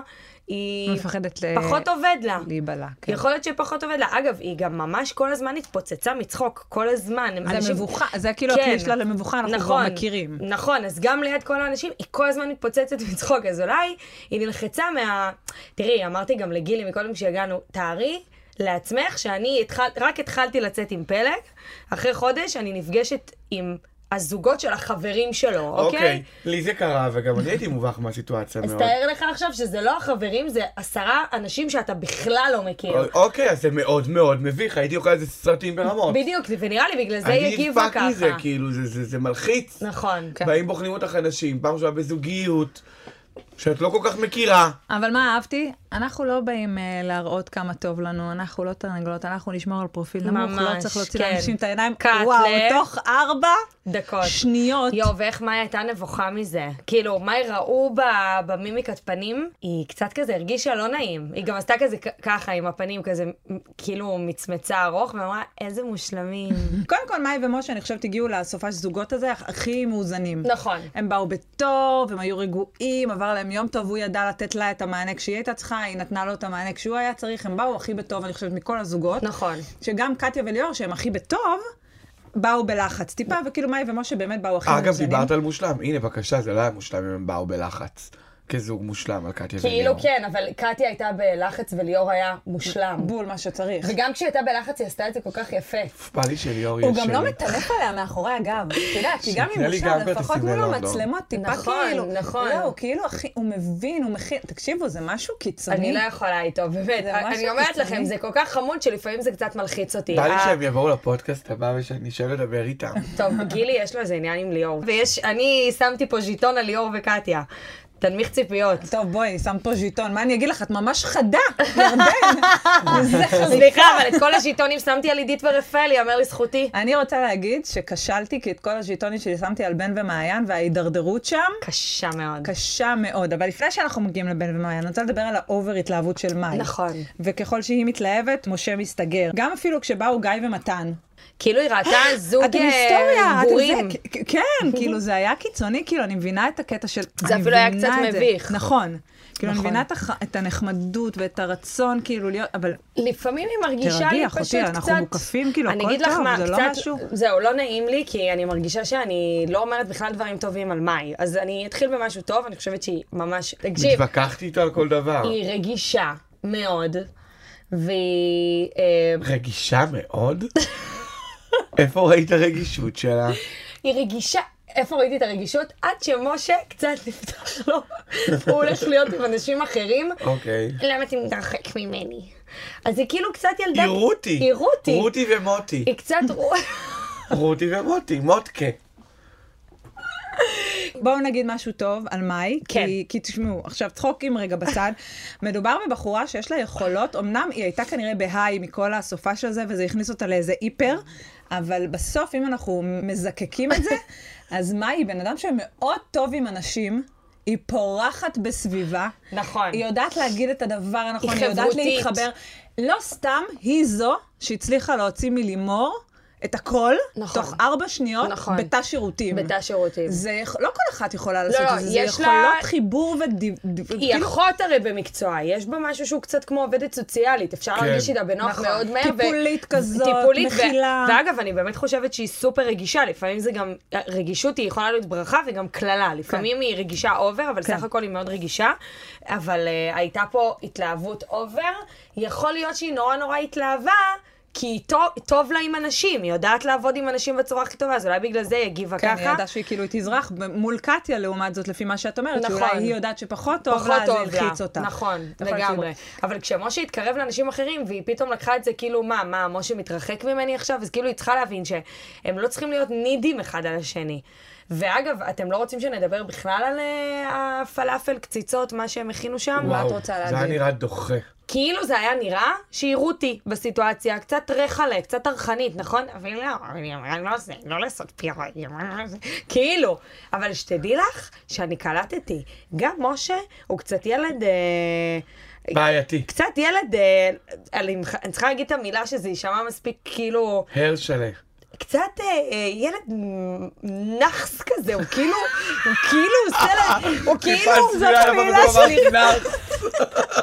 [SPEAKER 4] היא
[SPEAKER 1] מפחדת ל-
[SPEAKER 4] פחות עובד לה.
[SPEAKER 1] להיבלע, כן.
[SPEAKER 4] כן. יכול להיות שפחות עובד לה. אגב, היא גם ממש כל הזמן התפוצצה מצחוק, כל הזמן.
[SPEAKER 1] זה
[SPEAKER 4] אנשים- כן.
[SPEAKER 1] מבוכה, זה כאילו הכלי שלה למבוכה, אנחנו כבר מכירים.
[SPEAKER 4] נכון, אז גם ליד כל האנשים, היא כל הזמן מתפוצצת מצחוק, אז אולי היא נלחצה מה... תראי, אמרתי גם לגילי מקודם כשהגענו, תארי לעצמך שאני התחל... רק התחלתי לצאת עם פלג, אחרי חודש אני נפגשת עם הזוגות של החברים שלו, אוקיי?
[SPEAKER 3] לי זה קרה, וגם אני הייתי מובך מהסיטואציה
[SPEAKER 4] אז
[SPEAKER 3] מאוד.
[SPEAKER 4] תאר לך עכשיו שזה לא החברים, זה עשרה אנשים שאתה בכלל לא מכיר.
[SPEAKER 3] אוקיי, אז זה מאוד מאוד מביך, הייתי אוכל איזה סרטים ברמות.
[SPEAKER 4] בדיוק, ונראה לי בגלל זה היא הגיבה ככה.
[SPEAKER 3] אני נדפק מזה, כאילו, זה- זה זה מלחיץ.
[SPEAKER 4] נכון.
[SPEAKER 1] כן.
[SPEAKER 3] באים בוחנים אותך אנשים, פעם ראשונה בזוגיות, שאת לא כל כך מכירה.
[SPEAKER 1] אבל מה אהבתי? אנחנו לא באים אה, להראות כמה טוב לנו, אנחנו לא תרנגולות, אנחנו נשמור על פרופיל נמוך, לא
[SPEAKER 4] ממש,
[SPEAKER 1] צריך להוציא
[SPEAKER 4] כן.
[SPEAKER 1] לאנשים את העיניים.
[SPEAKER 4] קאט
[SPEAKER 1] וואו,
[SPEAKER 4] ל-
[SPEAKER 1] תוך ארבע
[SPEAKER 4] דקות.
[SPEAKER 1] שניות.
[SPEAKER 4] יואו, ואיך מאי הייתה נבוכה מזה. כאילו, מאי ראו ב- במימיקת פנים, היא קצת כזה הרגישה לא נעים. היא גם עשתה כזה כ- ככה עם הפנים, כזה מ- כאילו מצמצה ארוך, ואמרה, איזה מושלמים.
[SPEAKER 1] קודם כל, מאי ומשה, אני חושבת, הגיעו לסופש זוגות הזה הכי מאוזנים.
[SPEAKER 4] נכון.
[SPEAKER 1] הם באו בטוב, הם היו רגועים, עבר להם יום טוב, הוא ידע לתת לה את המענה כשהיא הייתה צריכה, היא נתנה לו את המענה כשהוא היה צריך, הם באו הכי בטוב, אני חושבת, מכל הזוגות.
[SPEAKER 4] נכון.
[SPEAKER 1] שגם קטיה וליאור, שהם הכי בטוב, באו בלחץ טיפה, וכאילו מאי ומשה באמת באו הכי מאוזנים.
[SPEAKER 3] אגב, דיברת על מושלם, הנה בבקשה, זה לא היה מושלם אם הם באו בלחץ. כזוג מושלם על קטיה
[SPEAKER 4] כאילו
[SPEAKER 3] וליאור.
[SPEAKER 4] כן, אבל קטיה הייתה בלחץ וליאור היה מושלם.
[SPEAKER 1] בול מה שצריך.
[SPEAKER 4] וגם כשהיא הייתה בלחץ היא עשתה את זה כל כך יפה.
[SPEAKER 3] בא לי שליאור יהיה
[SPEAKER 1] הוא
[SPEAKER 3] שלי.
[SPEAKER 1] גם לא מטנף עליה מאחורי הגב, אתה יודע, כי גם
[SPEAKER 3] שיקנה
[SPEAKER 1] אם
[SPEAKER 3] אה, לי
[SPEAKER 1] הוא
[SPEAKER 3] גם
[SPEAKER 1] שם, לפחות
[SPEAKER 3] כרטיסים
[SPEAKER 1] מול
[SPEAKER 3] ללונדון.
[SPEAKER 1] המצלמות, טיפה
[SPEAKER 4] נכון,
[SPEAKER 1] כאילו,
[SPEAKER 4] נכון.
[SPEAKER 1] לא, הוא כאילו, אחי, הוא מבין, הוא מכין, תקשיבו, זה משהו קיצוני.
[SPEAKER 4] אני לא יכולה איתו, באמת.
[SPEAKER 1] זה משהו
[SPEAKER 4] אני אומרת
[SPEAKER 1] קיצוני.
[SPEAKER 4] לכם, זה כל כך חמוד שלפעמים זה קצת מלחיץ אותי.
[SPEAKER 3] בא לי
[SPEAKER 4] ה-
[SPEAKER 3] שהם יבואו לפודקאסט הבא ושאני אשאל לדבר איתם.
[SPEAKER 4] טוב, גילי יש לו איזה עניין עם ליאור. ויש, אני שמתי פה ז'יטון על ליאור וקטיה. תנמיך ציפיות.
[SPEAKER 1] טוב, בואי, שם פה ז'יטון, מה אני אגיד לך? את ממש חדה, ירדן.
[SPEAKER 4] אה,
[SPEAKER 1] זה חריפה.
[SPEAKER 4] סליחה, אבל את כל הז'יטונים שמתי על עידית ורפאלי, אמר לזכותי.
[SPEAKER 1] אני רוצה להגיד שכשלתי, כי את כל הז'יטונים שלי שמתי על בן ומעיין, וההידרדרות שם
[SPEAKER 4] קשה מאוד.
[SPEAKER 1] קשה מאוד. אבל לפני שאנחנו מגיעים לבן ומעיין, אני רוצה לדבר על האובר התלהבות של מאי.
[SPEAKER 4] נכון.
[SPEAKER 1] וככל שהיא מתלהבת, משה מסתגר. גם אפילו כשבאו גיא ומתן,
[SPEAKER 4] כאילו היא ראתה זוג
[SPEAKER 1] אתם
[SPEAKER 4] אה,
[SPEAKER 1] היסטוריה, אתם
[SPEAKER 4] בורים.
[SPEAKER 1] זה, כ- כן, כאילו זה היה קיצוני, כאילו אני מבינה את הקטע של... אני
[SPEAKER 4] אפילו היה
[SPEAKER 1] מבינה
[SPEAKER 4] קצת
[SPEAKER 1] את זה.
[SPEAKER 4] מביך.
[SPEAKER 1] נכון. כאילו אני
[SPEAKER 4] נכון.
[SPEAKER 1] מבינה את הח- את הנחמדות ואת הרצון כאילו להיות, אבל
[SPEAKER 4] לפעמים היא מרגישה
[SPEAKER 1] תרגעי,
[SPEAKER 4] לי
[SPEAKER 1] אחותי,
[SPEAKER 4] פשוט קצת...
[SPEAKER 1] אנחנו מוקפים, כאילו,
[SPEAKER 4] אני
[SPEAKER 1] הכל
[SPEAKER 4] אגיד לך
[SPEAKER 1] טוב,
[SPEAKER 4] מה,
[SPEAKER 1] זה לא
[SPEAKER 4] קצת...
[SPEAKER 1] משהו.
[SPEAKER 4] זהו, לא נעים לי, כי אני מרגישה שאני לא אומרת בכלל דברים טובים על מאי. אז אני אתחיל במשהו טוב, אני חושבת שהיא ממש... תקשיב,
[SPEAKER 3] התווכחתי איתו על כל דבר.
[SPEAKER 4] היא רגישה מאוד, והיא... אה,
[SPEAKER 3] רגישה מאוד? איפה ראית הרגישות שלה?
[SPEAKER 4] היא רגישה, איפה ראיתי את הרגישות? עד שמשה קצת נפתח לו, הוא הולך להיות עם אנשים אחרים.
[SPEAKER 3] אוקיי.
[SPEAKER 4] למה אתה מתרחק ממני? אז היא כאילו קצת ילדה...
[SPEAKER 3] היא רותי.
[SPEAKER 4] היא רותי.
[SPEAKER 3] רותי ומוטי.
[SPEAKER 4] היא קצת רותי.
[SPEAKER 3] רותי ומוטי, מוטקה.
[SPEAKER 1] בואו נגיד משהו טוב על מאי,
[SPEAKER 4] כן.
[SPEAKER 1] כי, כי תשמעו, עכשיו צחוקים רגע בצד. מדובר בבחורה שיש לה יכולות, אמנם היא הייתה כנראה בהיי מכל הסופה של זה, וזה הכניס אותה לאיזה היפר, אבל בסוף, אם אנחנו מזקקים את זה, אז מאי היא בן אדם שמאוד טוב עם אנשים. היא פורחת בסביבה.
[SPEAKER 4] נכון.
[SPEAKER 1] היא יודעת להגיד את הדבר הנכון, היא,
[SPEAKER 4] היא
[SPEAKER 1] יודעת
[SPEAKER 4] חברותית.
[SPEAKER 1] להתחבר. לא סתם היא זו שהצליחה להוציא מלימור את הכל,
[SPEAKER 4] נכון.
[SPEAKER 1] תוך ארבע שניות,
[SPEAKER 4] נכון.
[SPEAKER 1] בתא שירותים.
[SPEAKER 4] בתא שירותים.
[SPEAKER 1] זה, יכ- לא כל אחת יכולה לעשות
[SPEAKER 4] לא,
[SPEAKER 1] את זה, זה
[SPEAKER 4] יש לה-
[SPEAKER 1] יכולות חיבור ודיו... דיו-
[SPEAKER 4] היא
[SPEAKER 1] כאילו-
[SPEAKER 4] אחות הרי במקצועה, יש בה משהו שהוא קצת כמו עובדת סוציאלית, אפשר
[SPEAKER 3] כן.
[SPEAKER 4] להרגיש איתה בנוח
[SPEAKER 1] נכון.
[SPEAKER 4] מאוד מהר. ו-
[SPEAKER 1] טיפולית כזאת,
[SPEAKER 4] טיפולית, ו-
[SPEAKER 1] מכילה.
[SPEAKER 4] ואגב, אני באמת חושבת שהיא סופר רגישה, לפעמים זה גם, רגישות היא יכולה להיות ברכה וגם קללה, לפעמים היא רגישה אובר, אבל
[SPEAKER 1] כן.
[SPEAKER 4] סך הכל היא מאוד רגישה, אבל אה, הייתה פה התלהבות אובר, יכול להיות שהיא נורא נורא התלהבה. כי היא טוב, טוב לה עם אנשים, היא יודעת לעבוד עם אנשים בצורה הכי טובה, אז אולי בגלל זה היא הגיבה
[SPEAKER 1] כן,
[SPEAKER 4] ככה.
[SPEAKER 1] היא ידעה שהיא כאילו תזרח ב- מול קטיה, לעומת זאת, לפי מה שאת אומרת,
[SPEAKER 4] נכון.
[SPEAKER 1] שאולי היא יודעת שפחות טוב
[SPEAKER 4] פחות
[SPEAKER 1] לה, אז זה
[SPEAKER 4] טוב לה.
[SPEAKER 1] הלחיץ אותה.
[SPEAKER 4] נכון,
[SPEAKER 1] יכול להיות
[SPEAKER 4] לגמרי. אבל כשמשה התקרב לאנשים אחרים, והיא פתאום לקחה את זה כאילו, מה, מה, משה מתרחק ממני עכשיו? אז כאילו היא צריכה להבין שהם לא צריכים להיות נידים אחד על השני. ואגב, אתם לא רוצים שנדבר בכלל על אה, הפלאפל, קציצות, מה שהם הכינו שם?
[SPEAKER 1] וואו. את רוצה
[SPEAKER 3] זה היה
[SPEAKER 1] להגיד?
[SPEAKER 3] נראה דוחה.
[SPEAKER 4] כאילו זה היה נראה שהיא רותי בסיטואציה, קצת רחלה, קצת טרחנית, נכון? אבל לא, אני אמרה לא זה, לא לעשות פירה, היא אמרה לא זה. כאילו, אבל שתדעי לך שאני קלטתי, גם משה הוא קצת ילד... אה,
[SPEAKER 3] בעייתי.
[SPEAKER 4] קצת ילד, אה, אני מח- אני צריכה להגיד את המילה שזה יישמע מספיק כאילו,
[SPEAKER 3] הר שלם.
[SPEAKER 4] קצת אה, אה, ילד נאחס כזה, הוא כאילו, הוא כאילו עושה לה, הוא כאילו,
[SPEAKER 3] טיפה
[SPEAKER 4] זאת
[SPEAKER 3] צביעה
[SPEAKER 4] המילה
[SPEAKER 3] לפרוטוקול,
[SPEAKER 4] שלי,
[SPEAKER 3] אמרתי, "נאחס".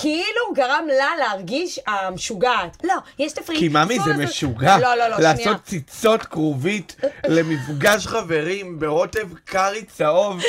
[SPEAKER 4] כאילו הוא גרם לה להרגיש המשוגעת. לא, יש תפריט.
[SPEAKER 3] כי ממי
[SPEAKER 4] אסור
[SPEAKER 3] זה
[SPEAKER 4] לעשות-
[SPEAKER 3] משוגע.
[SPEAKER 4] לא, לא, לא, שנייה.
[SPEAKER 3] לעשות ציצות כרובית למפגש חברים ברוטב קארי צהוב,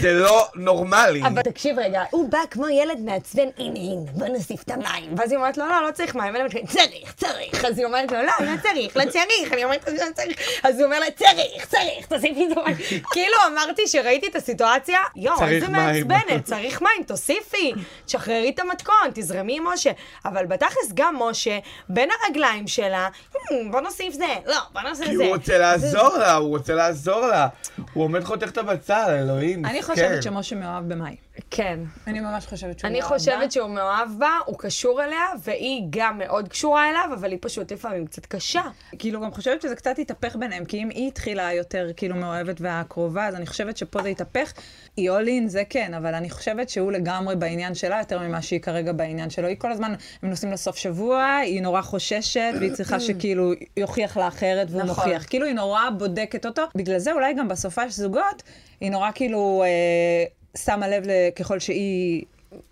[SPEAKER 3] זה לא נורמלי.
[SPEAKER 4] אבל תקשיב רגע, הוא בא כמו ילד מעצבן, הנה הנה, בוא נוסיף את המים. ואז היא אומרת לו, לא, לא צריך מים. אלא מתחילים, צריך, צריך. אז היא אומרת לו, לא, לא צריך, לא צריך. אני אומרת לו, לא צריך. אז הוא אומר לה, צריך, צריך, תוסיפי את המים. כאילו אמרתי שראיתי את הסיטואציה, יואו,
[SPEAKER 3] צריך
[SPEAKER 4] איזה
[SPEAKER 3] מים.
[SPEAKER 4] מעצבנת, צריך מים, תוסיפי, תשחררי את המתכון, תזרמי עם משה. אבל בתכלס גם משה, בין הרגליים שלה, "Hmm, בוא נוסיף זה, לא, בוא נוסיף
[SPEAKER 3] כי
[SPEAKER 4] זה.
[SPEAKER 3] הוא רוצה לעזור לה, הוא רוצה לעזור לה. הוא עומד חותך את הבצל, אלוהים. כן.
[SPEAKER 1] אני
[SPEAKER 3] מסכן.
[SPEAKER 1] חושבת שמשה מאוהב במאי.
[SPEAKER 4] כן.
[SPEAKER 1] אני ממש חושבת שהוא
[SPEAKER 4] אני
[SPEAKER 1] מאוהב בה.
[SPEAKER 4] חושבת שהוא מאוהב בה, הוא קשור אליה, והיא גם מאוד קשורה אליו, אבל היא פשוט לפעמים קצת קשה.
[SPEAKER 1] כאילו, גם חושבת שזה קצת התהפך ביניהם, כי אם היא התחילה יותר כאילו מאוהבת והקרובה, אז אני חושבת שפה זה התהפך. היא all in, זה כן, אבל אני חושבת שהוא לגמרי בעניין שלה יותר ממה שהיא כרגע בעניין שלו. היא כל הזמן, הם נוסעים לסוף שבוע, היא נורא חוששת, והיא צריכה שכאילו יוכיח לה אחרת והוא
[SPEAKER 4] נכון.
[SPEAKER 1] מוכיח. כאילו, היא נורא בודקת אותו. בגלל זה אולי גם בסופה של זוגות, היא נורא כאילו אה, שמה לב ל- ככל שהיא...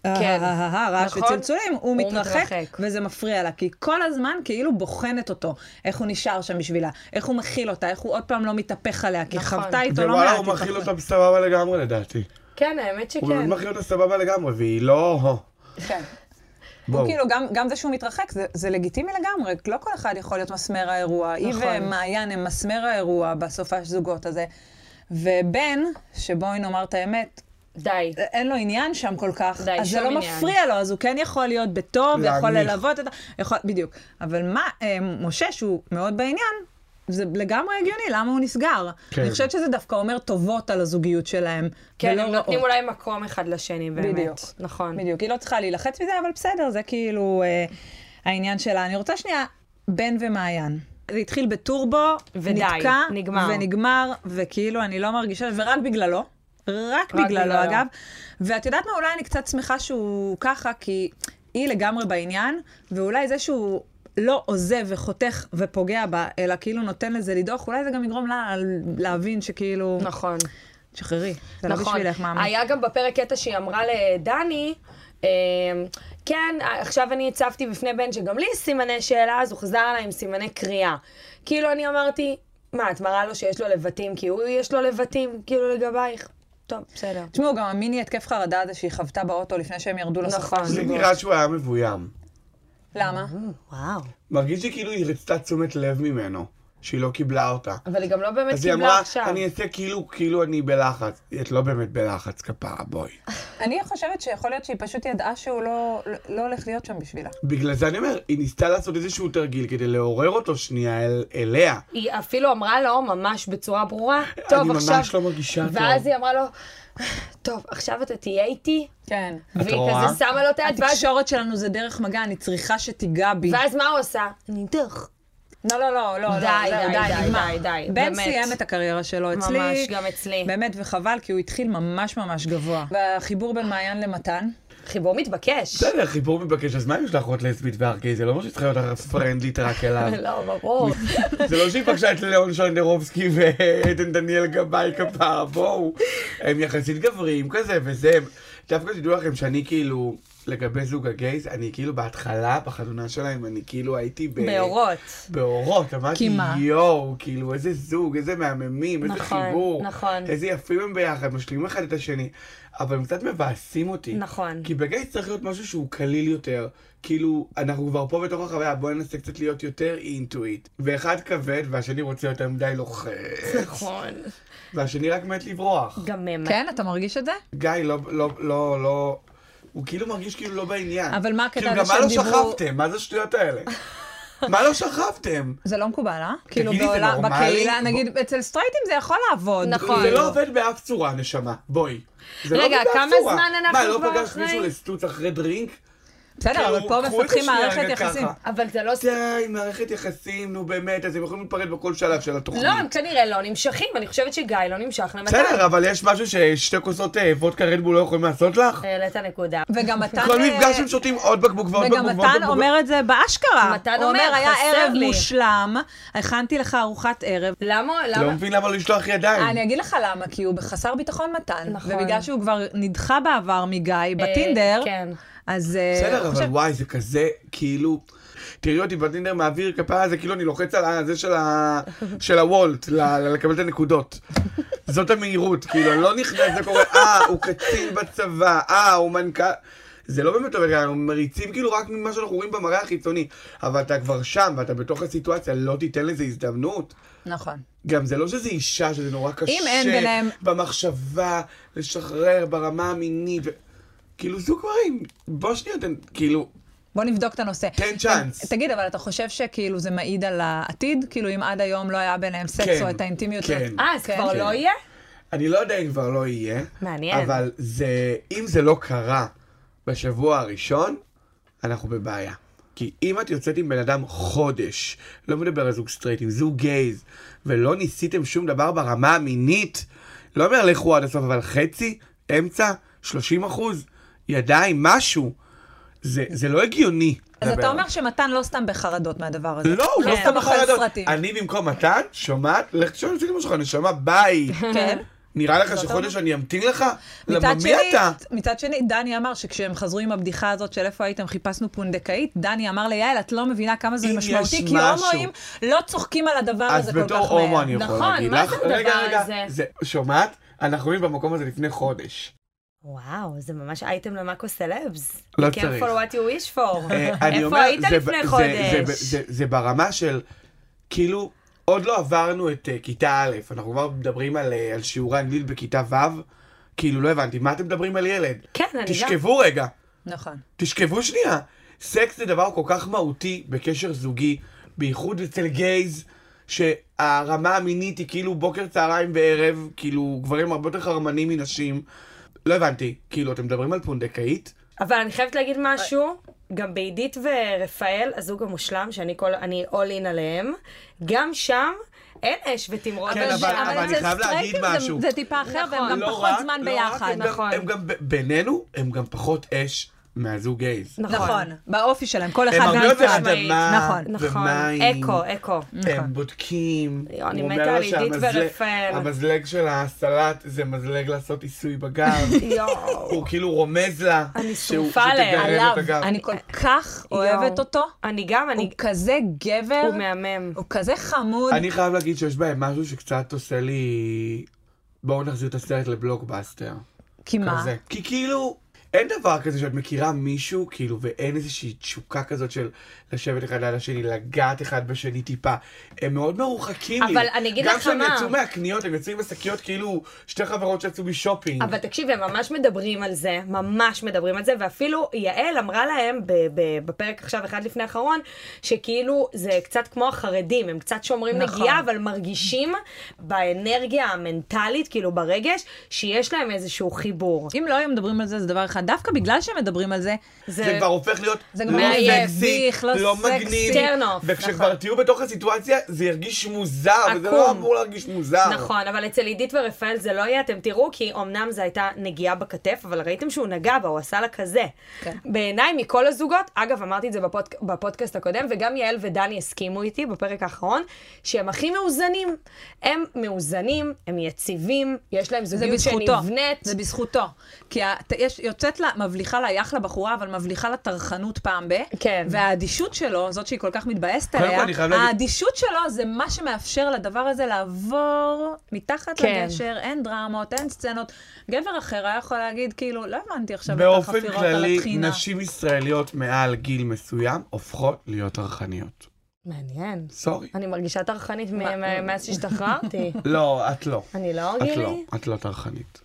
[SPEAKER 4] כן.
[SPEAKER 1] אה, רעש
[SPEAKER 4] נכון.
[SPEAKER 1] וצלצולים, הוא
[SPEAKER 4] הוא
[SPEAKER 1] מתרחק,
[SPEAKER 4] מתרחק.
[SPEAKER 1] וזה מפריע לה, כי היא כל הזמן כאילו בוחנת אותו, איך הוא נשאר שם בשבילה, איך הוא מכיל אותה, איך הוא עוד פעם לא מתהפך עליה, כי
[SPEAKER 4] נכון.
[SPEAKER 1] חוותה איתו לא
[SPEAKER 3] ווואלה,
[SPEAKER 1] מעט
[SPEAKER 3] הוא מכיל
[SPEAKER 1] התהפכות.
[SPEAKER 3] אותה סבבה לגמרי לדעתי.
[SPEAKER 4] כן, האמת
[SPEAKER 3] הוא באמת
[SPEAKER 4] שכן.
[SPEAKER 3] מכיל אותה סבבה לגמרי, והיא לא...
[SPEAKER 1] כן. הוא
[SPEAKER 3] בואו.
[SPEAKER 1] כאילו, גם, גם זה שהוא מתרחק, זה, זה לגיטימי לגמרי, לא כל אחד יכול להיות מסמר האירוע. נכון.
[SPEAKER 4] נכון.
[SPEAKER 1] היא ומעיין הם מסמר האירוע בסופה של זוגות הזה. ובן, שבואי נאמר את האמת,
[SPEAKER 4] די.
[SPEAKER 1] אה, אין לו עניין שם כל כך,
[SPEAKER 4] די,
[SPEAKER 1] אז זה
[SPEAKER 4] שום
[SPEAKER 1] לא
[SPEAKER 4] עניין.
[SPEAKER 1] מפריע לו, אז הוא כן יכול להיות בטוב, יכול
[SPEAKER 3] להנמיך.
[SPEAKER 1] ללוות את ה... יכול... בדיוק. אבל מה, אה, משה, שהוא מאוד בעניין, זה לגמרי הגיוני, למה הוא נסגר?
[SPEAKER 3] כן.
[SPEAKER 1] אני חושבת שזה דווקא אומר טובות על הזוגיות שלהם,
[SPEAKER 4] כן,
[SPEAKER 1] ולא
[SPEAKER 4] הם נותנים
[SPEAKER 1] רעות.
[SPEAKER 4] אולי מקום אחד לשני, באמת.
[SPEAKER 1] בדיוק.
[SPEAKER 4] נכון.
[SPEAKER 1] בדיוק, היא לא צריכה להילחץ מזה, אבל בסדר, זה כאילו אה, העניין שלה. אני רוצה שנייה, בן ומעיין. זה התחיל בטורבו,
[SPEAKER 4] ודי,
[SPEAKER 1] נתקע,
[SPEAKER 4] נגמר.
[SPEAKER 1] ונגמר, וכאילו אני לא מרגישה, ורק בגללו, רק
[SPEAKER 4] רק
[SPEAKER 1] בגללו
[SPEAKER 4] בגללו.
[SPEAKER 1] אגב. ואת יודעת מה, אולי אני קצת שמחה שהוא ככה, כי היא לגמרי בעניין, ואולי זה שהוא לא עוזב וחותך ופוגע בה, אלא כאילו נותן לזה לדוח, אולי זה גם יגרום לה להבין שכאילו,
[SPEAKER 4] נכון.
[SPEAKER 1] תשחררי, זה לא בשבילך, מאמא.
[SPEAKER 4] היה גם בפרק קטע שהיא אמרה לדני, אמ, כן, עכשיו אני הצבתי בפני בן שגם לי יש סימני שאלה, אז הוא חזר אליי עם סימני קריאה. כאילו, אני אמרתי, מה, את מראה לו שיש לו לבטים, כי הוא יש לו לבטים, כאילו, לגבייך? טוב, בסדר.
[SPEAKER 1] תשמעו, גם המיני התקף חרדה הזה שהיא חוותה באוטו לפני שהם ירדו לסופה.
[SPEAKER 4] נכון.
[SPEAKER 3] לי נראה שהוא היה מבוים.
[SPEAKER 1] למה?
[SPEAKER 4] וואו.
[SPEAKER 3] מרגיש שכאילו היא רצתה תשומת לב ממנו, שהיא לא קיבלה אותה.
[SPEAKER 4] אבל היא גם לא באמת
[SPEAKER 3] אז היא
[SPEAKER 4] קיבלה
[SPEAKER 3] אמרה,
[SPEAKER 4] עכשיו.
[SPEAKER 3] אני אעשה כאילו, כאילו אני בלחץ. את לא באמת בלחץ, כפרה, בואי.
[SPEAKER 1] אני חושבת שיכול להיות שהיא פשוט ידעה שהוא לא, לא הולך להיות שם בשבילה.
[SPEAKER 3] בגלל זה אני אומר, היא ניסתה לעשות איזשהו תרגיל כדי לעורר אותו שנייה אל, אליה.
[SPEAKER 4] היא אפילו אמרה לו ממש בצורה ברורה, טוב,
[SPEAKER 3] אני
[SPEAKER 4] עכשיו...
[SPEAKER 3] ממש לא מרגישה טוב.
[SPEAKER 4] ואז היא אמרה לו, טוב, עכשיו אתה תהיה איתי?
[SPEAKER 1] כן.
[SPEAKER 4] והיא
[SPEAKER 3] רואה?
[SPEAKER 4] כזה שמה לו את היד, ואז-
[SPEAKER 1] התקשורת שלנו זה דרך מגע, אני צריכה שתיגע בי.
[SPEAKER 4] ואז מה הוא עשה? נידח.
[SPEAKER 1] לא, לא, לא, לא,
[SPEAKER 4] די,
[SPEAKER 1] לא, זהו,
[SPEAKER 4] די, די,
[SPEAKER 1] נגמר.
[SPEAKER 4] די, די,
[SPEAKER 1] בן
[SPEAKER 4] באמת.
[SPEAKER 1] סיים את הקריירה שלו אצלי.
[SPEAKER 4] ממש, גם אצלי.
[SPEAKER 1] באמת, וחבל, כי הוא התחיל ממש ממש גבוה. והחיבור בין מעיין למתן,
[SPEAKER 4] חיבור מתבקש.
[SPEAKER 3] בסדר, חיבור מתבקש, אז מה אם יש לך עוד לסבית וארקי? זה לא אומר שהיא צריכה להיות פרנדלית רק אליו.
[SPEAKER 4] לא, ברור.
[SPEAKER 3] זה לא שהיא פגשה את ליאון שונדרובסקי ועדן דניאל גבאי כפר, בואו. הם יחסית גבריים כזה וזה. דווקא תדעו לכם שאני כאילו, לגבי זוג הגייז, אני כאילו בהתחלה, בחתונה שלהם, אני כאילו הייתי ב...
[SPEAKER 4] באורות.
[SPEAKER 3] כן. באורות, אמרתי,
[SPEAKER 1] כי מה?
[SPEAKER 3] יואו, כאילו, איזה זוג, איזה מהממים, איזה
[SPEAKER 4] נכון,
[SPEAKER 3] חיבור,
[SPEAKER 4] נכון.
[SPEAKER 3] איזה יפים הם ביחד, משלימים אחד את השני, אבל הם קצת מבאסים אותי.
[SPEAKER 4] נכון.
[SPEAKER 3] כי בגייס צריך להיות משהו שהוא קליל יותר. כאילו, אנחנו כבר פה בתוך החוויה, בואו ננסה קצת להיות יותר אינטואיט. ואחד כבד, והשני רוצה יותר מדי לוחץ.
[SPEAKER 4] נכון.
[SPEAKER 3] והשני רק מת לברוח.
[SPEAKER 4] גם הם.
[SPEAKER 1] כן, אתה מרגיש את זה?
[SPEAKER 3] גיא, לא, לא, לא, לא, הוא כאילו מרגיש כאילו לא בעניין.
[SPEAKER 1] אבל מה הקטע
[SPEAKER 3] כאילו,
[SPEAKER 1] הזה
[SPEAKER 3] גם מה לא
[SPEAKER 1] שהם דיברו-
[SPEAKER 3] שכבתם? מה זה השטויות האלה? מה לא שכבתם?
[SPEAKER 1] זה לא מקובל, אה? כאילו
[SPEAKER 3] זה
[SPEAKER 1] בעולם,
[SPEAKER 3] נורמלי?
[SPEAKER 1] בקהילה, נגיד, אצל סטרייטים זה יכול לעבוד.
[SPEAKER 4] נכון.
[SPEAKER 3] זה לא עובד באף צורה, נשמה. בואי. זה לא
[SPEAKER 4] רגע,
[SPEAKER 3] עובד באף
[SPEAKER 4] כמה
[SPEAKER 3] צורה.
[SPEAKER 4] זמן אנחנו כבר
[SPEAKER 3] מה, לא פגשת
[SPEAKER 4] אחרי?
[SPEAKER 3] מישהו לסטוץ אחרי דרינק?
[SPEAKER 1] בסדר, אבל
[SPEAKER 3] כאילו,
[SPEAKER 1] פה
[SPEAKER 3] קחו את
[SPEAKER 1] מפתחים
[SPEAKER 3] השנייה
[SPEAKER 1] מערכת
[SPEAKER 3] רגע
[SPEAKER 1] יחסים.
[SPEAKER 3] ככה.
[SPEAKER 4] אבל זה לא...
[SPEAKER 3] די, מערכת יחסים, נו באמת, אז הם יכולים להיפרד בכל שלב של התוכנית.
[SPEAKER 4] לא, הם כנראה לא נמשכים, אני חושבת שגיא לא נמשך למתן.
[SPEAKER 3] בסדר, אבל יש משהו ששתי כוסות אה, וודקה רדבול לא יכולים לעשות לך?
[SPEAKER 4] העלית נקודה.
[SPEAKER 1] וגם מתן...
[SPEAKER 3] כל
[SPEAKER 1] אה,
[SPEAKER 3] מפגש הם שותים עוד בקבוק ועוד בקבוק
[SPEAKER 1] וגם
[SPEAKER 3] ועוד בקבוק.
[SPEAKER 1] מתן אומר את זה באשכרה.
[SPEAKER 4] מתן
[SPEAKER 1] הוא
[SPEAKER 4] אומר,
[SPEAKER 1] היה
[SPEAKER 4] "חסר
[SPEAKER 1] ערב
[SPEAKER 4] לי".
[SPEAKER 1] מושלם, הכנתי לך ארוחת ערב.
[SPEAKER 4] למה?
[SPEAKER 3] לא
[SPEAKER 4] למה?
[SPEAKER 3] מבין למה לא לשלוח ידיים.
[SPEAKER 4] אה,
[SPEAKER 1] אני אגיד לך למה, כי הוא בחסר ביטחון מתן.
[SPEAKER 4] נכון.
[SPEAKER 1] ובגלל שהוא כבר נדחה בעבר מגיא בטינדר,
[SPEAKER 4] אה, כן.
[SPEAKER 1] אז... אה,
[SPEAKER 3] בסדר,
[SPEAKER 1] הוא
[SPEAKER 3] אבל
[SPEAKER 1] חושב-
[SPEAKER 3] וואי, זה כזה, כאילו... תראי אותי בטינדר מעביר כפרה, זה כאילו אני לוחץ על הזה של ה... של הוולט, ל- ל- לקבל את הנקודות. זאת המהירות, כאילו, אני לא נכנס, זה קורה, אה, הוא קצין בצבא, אה, הוא מנכ"ל... זה לא באמת עובד, ככה, אנחנו מריצים כאילו רק ממה שאנחנו רואים במראה החיצוני, אבל אתה כבר שם ואתה בתוך הסיטואציה, לא תיתן לזה הזדמנות.
[SPEAKER 1] נכון.
[SPEAKER 3] גם זה לא שזה אישה, שזה נורא קשה.
[SPEAKER 1] אם אין ביניהם-
[SPEAKER 3] במחשבה, לשחרר, ברמה המינית. ו... כאילו, זוג גברים, בוא שנייה, תן, כאילו,
[SPEAKER 1] בוא נבדוק את הנושא. אה,
[SPEAKER 3] תן צ'אנס.
[SPEAKER 1] תגיד, אבל אתה חושב שכאילו זה מעיד על העתיד? כאילו אם עד היום לא היה ביניהם סקס
[SPEAKER 3] כן,
[SPEAKER 1] או את האינטימיות?
[SPEAKER 3] כן.
[SPEAKER 1] הזאת?
[SPEAKER 4] אה, אז
[SPEAKER 1] כן.
[SPEAKER 4] כבר
[SPEAKER 3] כן.
[SPEAKER 4] לא יהיה?
[SPEAKER 3] אני לא יודע אם כבר לא יהיה.
[SPEAKER 4] מעניין.
[SPEAKER 3] אבל זה, אם זה לא קרה בשבוע הראשון, אנחנו בבעיה. כי אם את יוצאת עם בן אדם חודש, לא מדבר על זוג סטרייטים, זוג גייז, ולא ניסיתם שום דבר ברמה המינית, לא אומר לכו עד הסוף, אבל חצי, אמצע, 30 אחוז, ידיים, משהו, זה, זה לא הגיוני.
[SPEAKER 1] אז
[SPEAKER 3] לדבר.
[SPEAKER 1] אתה אומר שמתן לא סתם בחרדות מהדבר הזה.
[SPEAKER 3] לא, הוא לא
[SPEAKER 1] לא
[SPEAKER 3] סתם
[SPEAKER 1] סתם אוכל
[SPEAKER 3] בחרדות.
[SPEAKER 1] סרטים.
[SPEAKER 3] אני במקום מתן, שומעת, לך תשאול את זה כמו שלך, נשמה, ביי.
[SPEAKER 1] כן.
[SPEAKER 3] נראה לך
[SPEAKER 1] זאת
[SPEAKER 3] שחודש
[SPEAKER 1] אומרת.
[SPEAKER 3] אני אמתין לך? למה
[SPEAKER 1] מצד
[SPEAKER 3] מי
[SPEAKER 1] שני,
[SPEAKER 3] אתה?
[SPEAKER 1] מצד שני, דני אמר שכשהם חזרו עם הבדיחה הזאת של איפה הייתם, חיפשנו פונדקאית, דני אמר ליעל, את לא מבינה כמה זה
[SPEAKER 3] אם
[SPEAKER 1] משמעותי,
[SPEAKER 3] יש
[SPEAKER 1] כי
[SPEAKER 3] משהו."
[SPEAKER 1] הומואים לא צוחקים על הדבר
[SPEAKER 3] אז
[SPEAKER 1] הזה כל כך מהר.
[SPEAKER 3] בתור הומו אני יכול
[SPEAKER 4] נכון,
[SPEAKER 3] להגיד
[SPEAKER 4] מה
[SPEAKER 3] לך.
[SPEAKER 4] זה הדבר
[SPEAKER 3] רגע, רגע,
[SPEAKER 4] הזה?
[SPEAKER 3] זה- שומעת? אנחנו היינו במקום הזה לפני חודש.
[SPEAKER 4] וואו, זה ממש אייטם למאקו סלבס.
[SPEAKER 3] לא
[SPEAKER 4] You
[SPEAKER 3] צריך.
[SPEAKER 4] can't for what you wish for.
[SPEAKER 3] אה, אני
[SPEAKER 4] איפה
[SPEAKER 3] אומר,
[SPEAKER 4] היית
[SPEAKER 3] זה-
[SPEAKER 4] לפני
[SPEAKER 3] זה- זה-
[SPEAKER 4] חודש?
[SPEAKER 3] זה- זה ברמה של, כאילו, עוד לא עברנו את אה, כיתה א', אנחנו כבר מדברים על אה, על שיעורי אנגלית בכיתה ו', כאילו, לא הבנתי, מה אתם מדברים על ילד?
[SPEAKER 4] כן, אני גם-
[SPEAKER 3] תשכבו רגע.
[SPEAKER 1] נכון.
[SPEAKER 3] תשכבו שנייה. סקס זה דבר כל כך מהותי בקשר זוגי, בייחוד אצל גייז, שהרמה המינית היא כאילו בוקר, צהריים וערב, כאילו גברים הרבה יותר חרמנים מנשים. לא הבנתי, כאילו, אתם מדברים על פונדקאית?
[SPEAKER 4] אבל אני חייבת להגיד משהו, גם בעידית ורפאל, הזוג המושלם, שאני כל, אני all in עליהם, גם שם אין אש ותמרות.
[SPEAKER 3] כן, אבל-
[SPEAKER 4] זה-
[SPEAKER 3] אבל אני
[SPEAKER 1] אצל
[SPEAKER 3] חייב להגיד
[SPEAKER 1] סטרייטים זה-
[SPEAKER 3] משהו.
[SPEAKER 1] זה טיפה אחר, והם
[SPEAKER 4] נכון.
[SPEAKER 1] גם
[SPEAKER 3] לא
[SPEAKER 1] פחות
[SPEAKER 3] רק-
[SPEAKER 1] זמן
[SPEAKER 3] לא רק,
[SPEAKER 1] ביחד.
[SPEAKER 3] הם גם-
[SPEAKER 4] נכון.
[SPEAKER 3] הם גם, ב- בינינו, הם גם פחות אש מהזוג גייז.
[SPEAKER 1] נכון, באופי שלהם, כל אחד
[SPEAKER 3] הם הרבה יותר
[SPEAKER 1] מהצד.
[SPEAKER 4] משמעית.
[SPEAKER 3] אדמה,
[SPEAKER 1] נכון.
[SPEAKER 4] נכון,
[SPEAKER 3] ומים.
[SPEAKER 4] אקו, אקו.
[SPEAKER 3] הם בודקים,
[SPEAKER 4] יואו, אני
[SPEAKER 3] הוא
[SPEAKER 4] מתה
[SPEAKER 3] אומר לו
[SPEAKER 4] על עידית
[SPEAKER 3] שהמזלג-
[SPEAKER 4] ורפאל.
[SPEAKER 3] המזלג של הסלט זה מזלג לעשות עיסוי בגב.
[SPEAKER 4] יואו.
[SPEAKER 3] הוא כאילו רומז לה,
[SPEAKER 4] אני
[SPEAKER 3] שהוא-
[SPEAKER 4] שרופה עליה,
[SPEAKER 3] שתגרד
[SPEAKER 1] עליו,
[SPEAKER 3] את הגב.
[SPEAKER 1] אני כל כך אוהבת אותו.
[SPEAKER 4] אני גם,
[SPEAKER 1] הוא
[SPEAKER 4] אני...
[SPEAKER 1] כזה גבר,
[SPEAKER 4] הוא מהמם.
[SPEAKER 1] הוא כזה חמוד.
[SPEAKER 3] אני חייב להגיד שיש בהם משהו שקצת עושה לי... בואו נחזיר את הסרט לבלוקבאסטר.
[SPEAKER 1] כי מה?
[SPEAKER 3] כזה. כי כאילו, אין דבר כזה שאת מכירה מישהו, כאילו, ואין איזושהי תשוקה כזאת של לשבת אחד ליד השני, לגעת אחד בשני טיפה. הם מאוד מרוחקים לי.
[SPEAKER 4] אבל אני אגיד
[SPEAKER 3] גם
[SPEAKER 4] לך
[SPEAKER 3] כשהם
[SPEAKER 4] מה.
[SPEAKER 3] יצאו מהקניות, הם יצאו עם השקיות כאילו שתי חברות שיצאו משופינג.
[SPEAKER 4] אבל תקשיב, הם ממש מדברים על זה, ממש מדברים על זה, ואפילו יעל אמרה להם ב- ב- בפרק עכשיו, אחד לפני האחרון, שכאילו זה קצת כמו החרדים, הם קצת שומרים
[SPEAKER 1] נכון.
[SPEAKER 4] נגיעה, אבל מרגישים באנרגיה המנטלית, כאילו ברגש, שיש להם איזשהו חיבור.
[SPEAKER 1] אם לא היו מדברים על זה, זה דבר אחד. דווקא בגלל שמדברים על זה,
[SPEAKER 3] זה כבר הופך להיות
[SPEAKER 1] זה
[SPEAKER 3] לא
[SPEAKER 1] כבר
[SPEAKER 4] מעייף,
[SPEAKER 1] ביך, לא
[SPEAKER 3] לא
[SPEAKER 1] סקסי.
[SPEAKER 3] מגניב.
[SPEAKER 4] turn off,
[SPEAKER 3] וכשכבר
[SPEAKER 4] נכון.
[SPEAKER 3] תהיו בתוך הסיטואציה, זה ירגיש מוזר, וזה לא
[SPEAKER 4] עקום.
[SPEAKER 3] אמור להרגיש מוזר.
[SPEAKER 4] נכון, אבל אצל עידית ורפאל זה לא יהיה, אתם תראו, כי אמנם זו הייתה נגיעה בכתף, אבל ראיתם שהוא נגע בה, הוא עשה לה כזה.
[SPEAKER 1] כן.
[SPEAKER 4] בעיניי, מכל הזוגות, אגב, אמרתי את זה בפודק, בפודקאסט הקודם, וגם יעל ודני הסכימו איתי בפרק האחרון, שהם הכי מאוזנים. הם מאוזנים, הם יציבים, יש להם
[SPEAKER 1] זה
[SPEAKER 4] זוגיות
[SPEAKER 1] בזכותו.
[SPEAKER 4] שנבנית.
[SPEAKER 1] זה בזכותו. כי הת- יש, יוצאת לה, מבליחה לה יח לבחורה, אבל מבליחה לה טרחנות פעם ב.
[SPEAKER 4] כן.
[SPEAKER 1] והאדישות שלו, זאת שהיא כל כך מתבאסת
[SPEAKER 3] קודם כל,
[SPEAKER 1] עליה,
[SPEAKER 3] אני חייב להגיד-
[SPEAKER 1] האדישות שלו זה מה שמאפשר לדבר הזה לעבור מתחת
[SPEAKER 4] כן.
[SPEAKER 1] לגשר, אין דרמות, אין סצנות. גבר אחר היה יכול להגיד, כאילו, לא הבנתי עכשיו את
[SPEAKER 3] באופן
[SPEAKER 1] החפירות על
[SPEAKER 3] כללי,
[SPEAKER 1] התחינה.
[SPEAKER 3] נשים ישראליות מעל גיל מסוים הופכות להיות טרחניות.
[SPEAKER 4] מעניין.
[SPEAKER 3] סורי.
[SPEAKER 4] אני מרגישה טרחנית מ-
[SPEAKER 1] מה-
[SPEAKER 4] מ- מאז שהשתחררתי.
[SPEAKER 3] לא, את לא.
[SPEAKER 4] אני לא,
[SPEAKER 3] את לא,
[SPEAKER 4] גילי? Mm.
[SPEAKER 3] את לא טרחנית.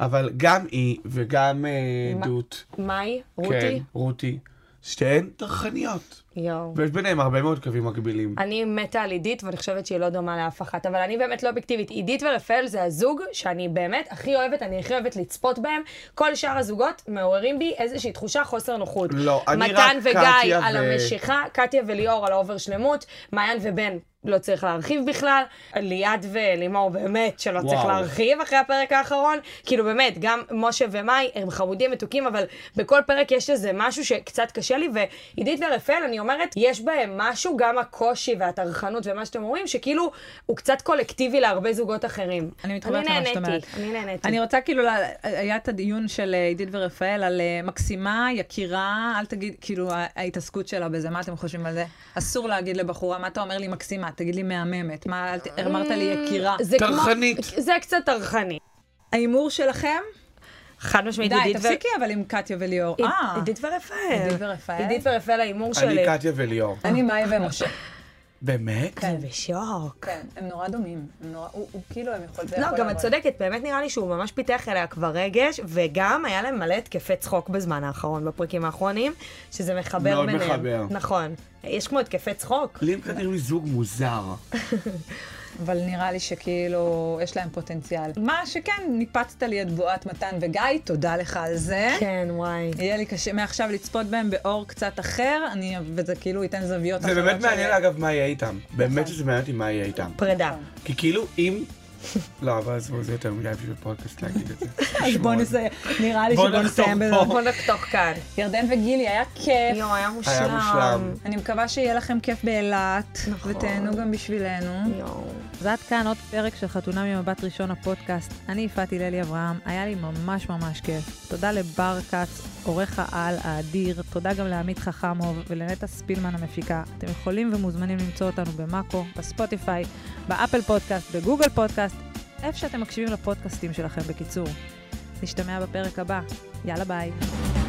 [SPEAKER 3] אבל גם היא וגם אה,
[SPEAKER 4] מה?
[SPEAKER 3] דות,
[SPEAKER 4] מאי?
[SPEAKER 3] כן,
[SPEAKER 4] רותי?
[SPEAKER 3] רותי, שתיהן טרחניות.
[SPEAKER 4] יואו.
[SPEAKER 3] ויש ביניהם הרבה מאוד קווים מקבילים.
[SPEAKER 4] אני מתה על עידית, ואני חושבת שהיא לא דומה לאף אחת, אבל אני באמת לא אובייקטיבית. עידית ורפאל זה הזוג שאני באמת הכי אוהבת, אני הכי אוהבת לצפות בהם. כל שאר הזוגות מעוררים בי איזושהי תחושה חוסר נוחות.
[SPEAKER 3] לא, אני רק
[SPEAKER 4] מתן וגיא
[SPEAKER 3] קטיה
[SPEAKER 4] על
[SPEAKER 3] ו-
[SPEAKER 4] המשיכה, קטיה וליאור על האובר שלמות, מעיין ובן. לא צריך להרחיב בכלל, ליעד ולימור באמת שלא וואו. צריך
[SPEAKER 3] וואו.
[SPEAKER 4] להרחיב אחרי הפרק האחרון. כאילו באמת, גם משה ומאי הם חמודים מתוקים, אבל בכל פרק יש איזה משהו שקצת קשה לי, ועידית ורפאל, אני אומרת, יש בהם משהו, גם הקושי והטרחנות ומה שאתם אומרים, שכאילו הוא קצת קולקטיבי להרבה זוגות אחרים.
[SPEAKER 1] אני מתחברת למה שאת אומרת.
[SPEAKER 4] אני נהניתי.
[SPEAKER 1] אני רוצה כאילו, לה- היה את הדיון של אה, עידית ורפאל על אה, מקסימה, יקירה, אל תגיד, כאילו, ה- ההתעסקות שלה בזה, מה אתם חושבים על זה? אסור להגיד לבחורה, מה אתה אומר לי מקסימה? תגיד לי מהממת, מה, אל ת- אמרת לי יקירה.
[SPEAKER 4] אה, זה כמו-
[SPEAKER 3] טרחנית.
[SPEAKER 4] זה קצת טרחני.
[SPEAKER 1] ההימור שלכם?
[SPEAKER 4] חד משמעית,
[SPEAKER 1] די,
[SPEAKER 4] עידית ו-
[SPEAKER 1] תפסיקי אבל עם קטיה וליאור.
[SPEAKER 4] עיד-
[SPEAKER 1] אה,
[SPEAKER 4] עידית ורפאל.
[SPEAKER 1] עידית ורפאל.
[SPEAKER 4] עידית ורפאל, ההימור
[SPEAKER 3] אני
[SPEAKER 4] שלי.
[SPEAKER 3] קטיה וליאור.
[SPEAKER 1] אני מאי ומשה.
[SPEAKER 3] באמת?
[SPEAKER 1] כן.
[SPEAKER 4] אני בשוק.
[SPEAKER 1] כן, הם נורא דומים. הם נורא, הוא הוא כאילו, הם יכולים...
[SPEAKER 4] לא, גם את צודקת, באמת נראה לי שהוא ממש פיתח אליה כבר רגש, וגם היה להם מלא התקפי צחוק בזמן האחרון, בפרקים האחרונים, שזה מחבר
[SPEAKER 3] מאוד
[SPEAKER 4] ביניהם.
[SPEAKER 3] מחבר.
[SPEAKER 4] נכון. יש כמו התקפי צחוק,
[SPEAKER 3] לי הם כנראה זוג מוזר.
[SPEAKER 1] אבל נראה לי שכאילו, יש להם פוטנציאל. מה שכן, ניפצת לי את בועת מתן וגיא, תודה לך על זה.
[SPEAKER 4] כן, וואי.
[SPEAKER 1] יהיה לי קשה מעכשיו לצפות בהם באור קצת אחר, אני, וזה כאילו ייתן זוויות
[SPEAKER 3] זה
[SPEAKER 1] אחרות.
[SPEAKER 3] באמת
[SPEAKER 1] של-
[SPEAKER 3] מעניין, אגב, מה יהיה איתם. באמת שזה מעניין אותי מה יהיה איתם.
[SPEAKER 4] פרידה.
[SPEAKER 3] כי כאילו, אם... לא, אבל עזבו, זה יותר מדי בשביל פודקאסט להגיד את זה.
[SPEAKER 1] אז בוא נסיים, נראה לי
[SPEAKER 3] בוא
[SPEAKER 1] שבוא
[SPEAKER 3] נחתוך
[SPEAKER 1] נסיים בזה.
[SPEAKER 3] פה.
[SPEAKER 4] בוא נחתוך כאן.
[SPEAKER 1] ירדן וגילי, היה כיף.
[SPEAKER 4] נכון. יואו, היה מושלם.
[SPEAKER 3] היה מושלם.
[SPEAKER 1] אני מקווה שיהיה לכם כיף באילת,
[SPEAKER 4] נכון.
[SPEAKER 1] ותהנו גם בשבילנו.
[SPEAKER 4] יואו.
[SPEAKER 5] אז עד כאן עוד פרק של חתונה ממבט ראשון הפודקאסט. אני יפעת הללי אברהם, היה לי ממש ממש כיף. תודה לבר כץ, עורך העל האדיר, תודה גם לעמית חכמוב ולנטע ספילמן המפיקה. אתם יכולים ומוזמנים למצוא אותנו במאקו, בספוטיפיי, באפל פודקאסט, בגוגל פודקאסט, איפה שאתם מקשיבים לפודקאסטים שלכם בקיצור. נשתמע בפרק הבא, יאללה ביי.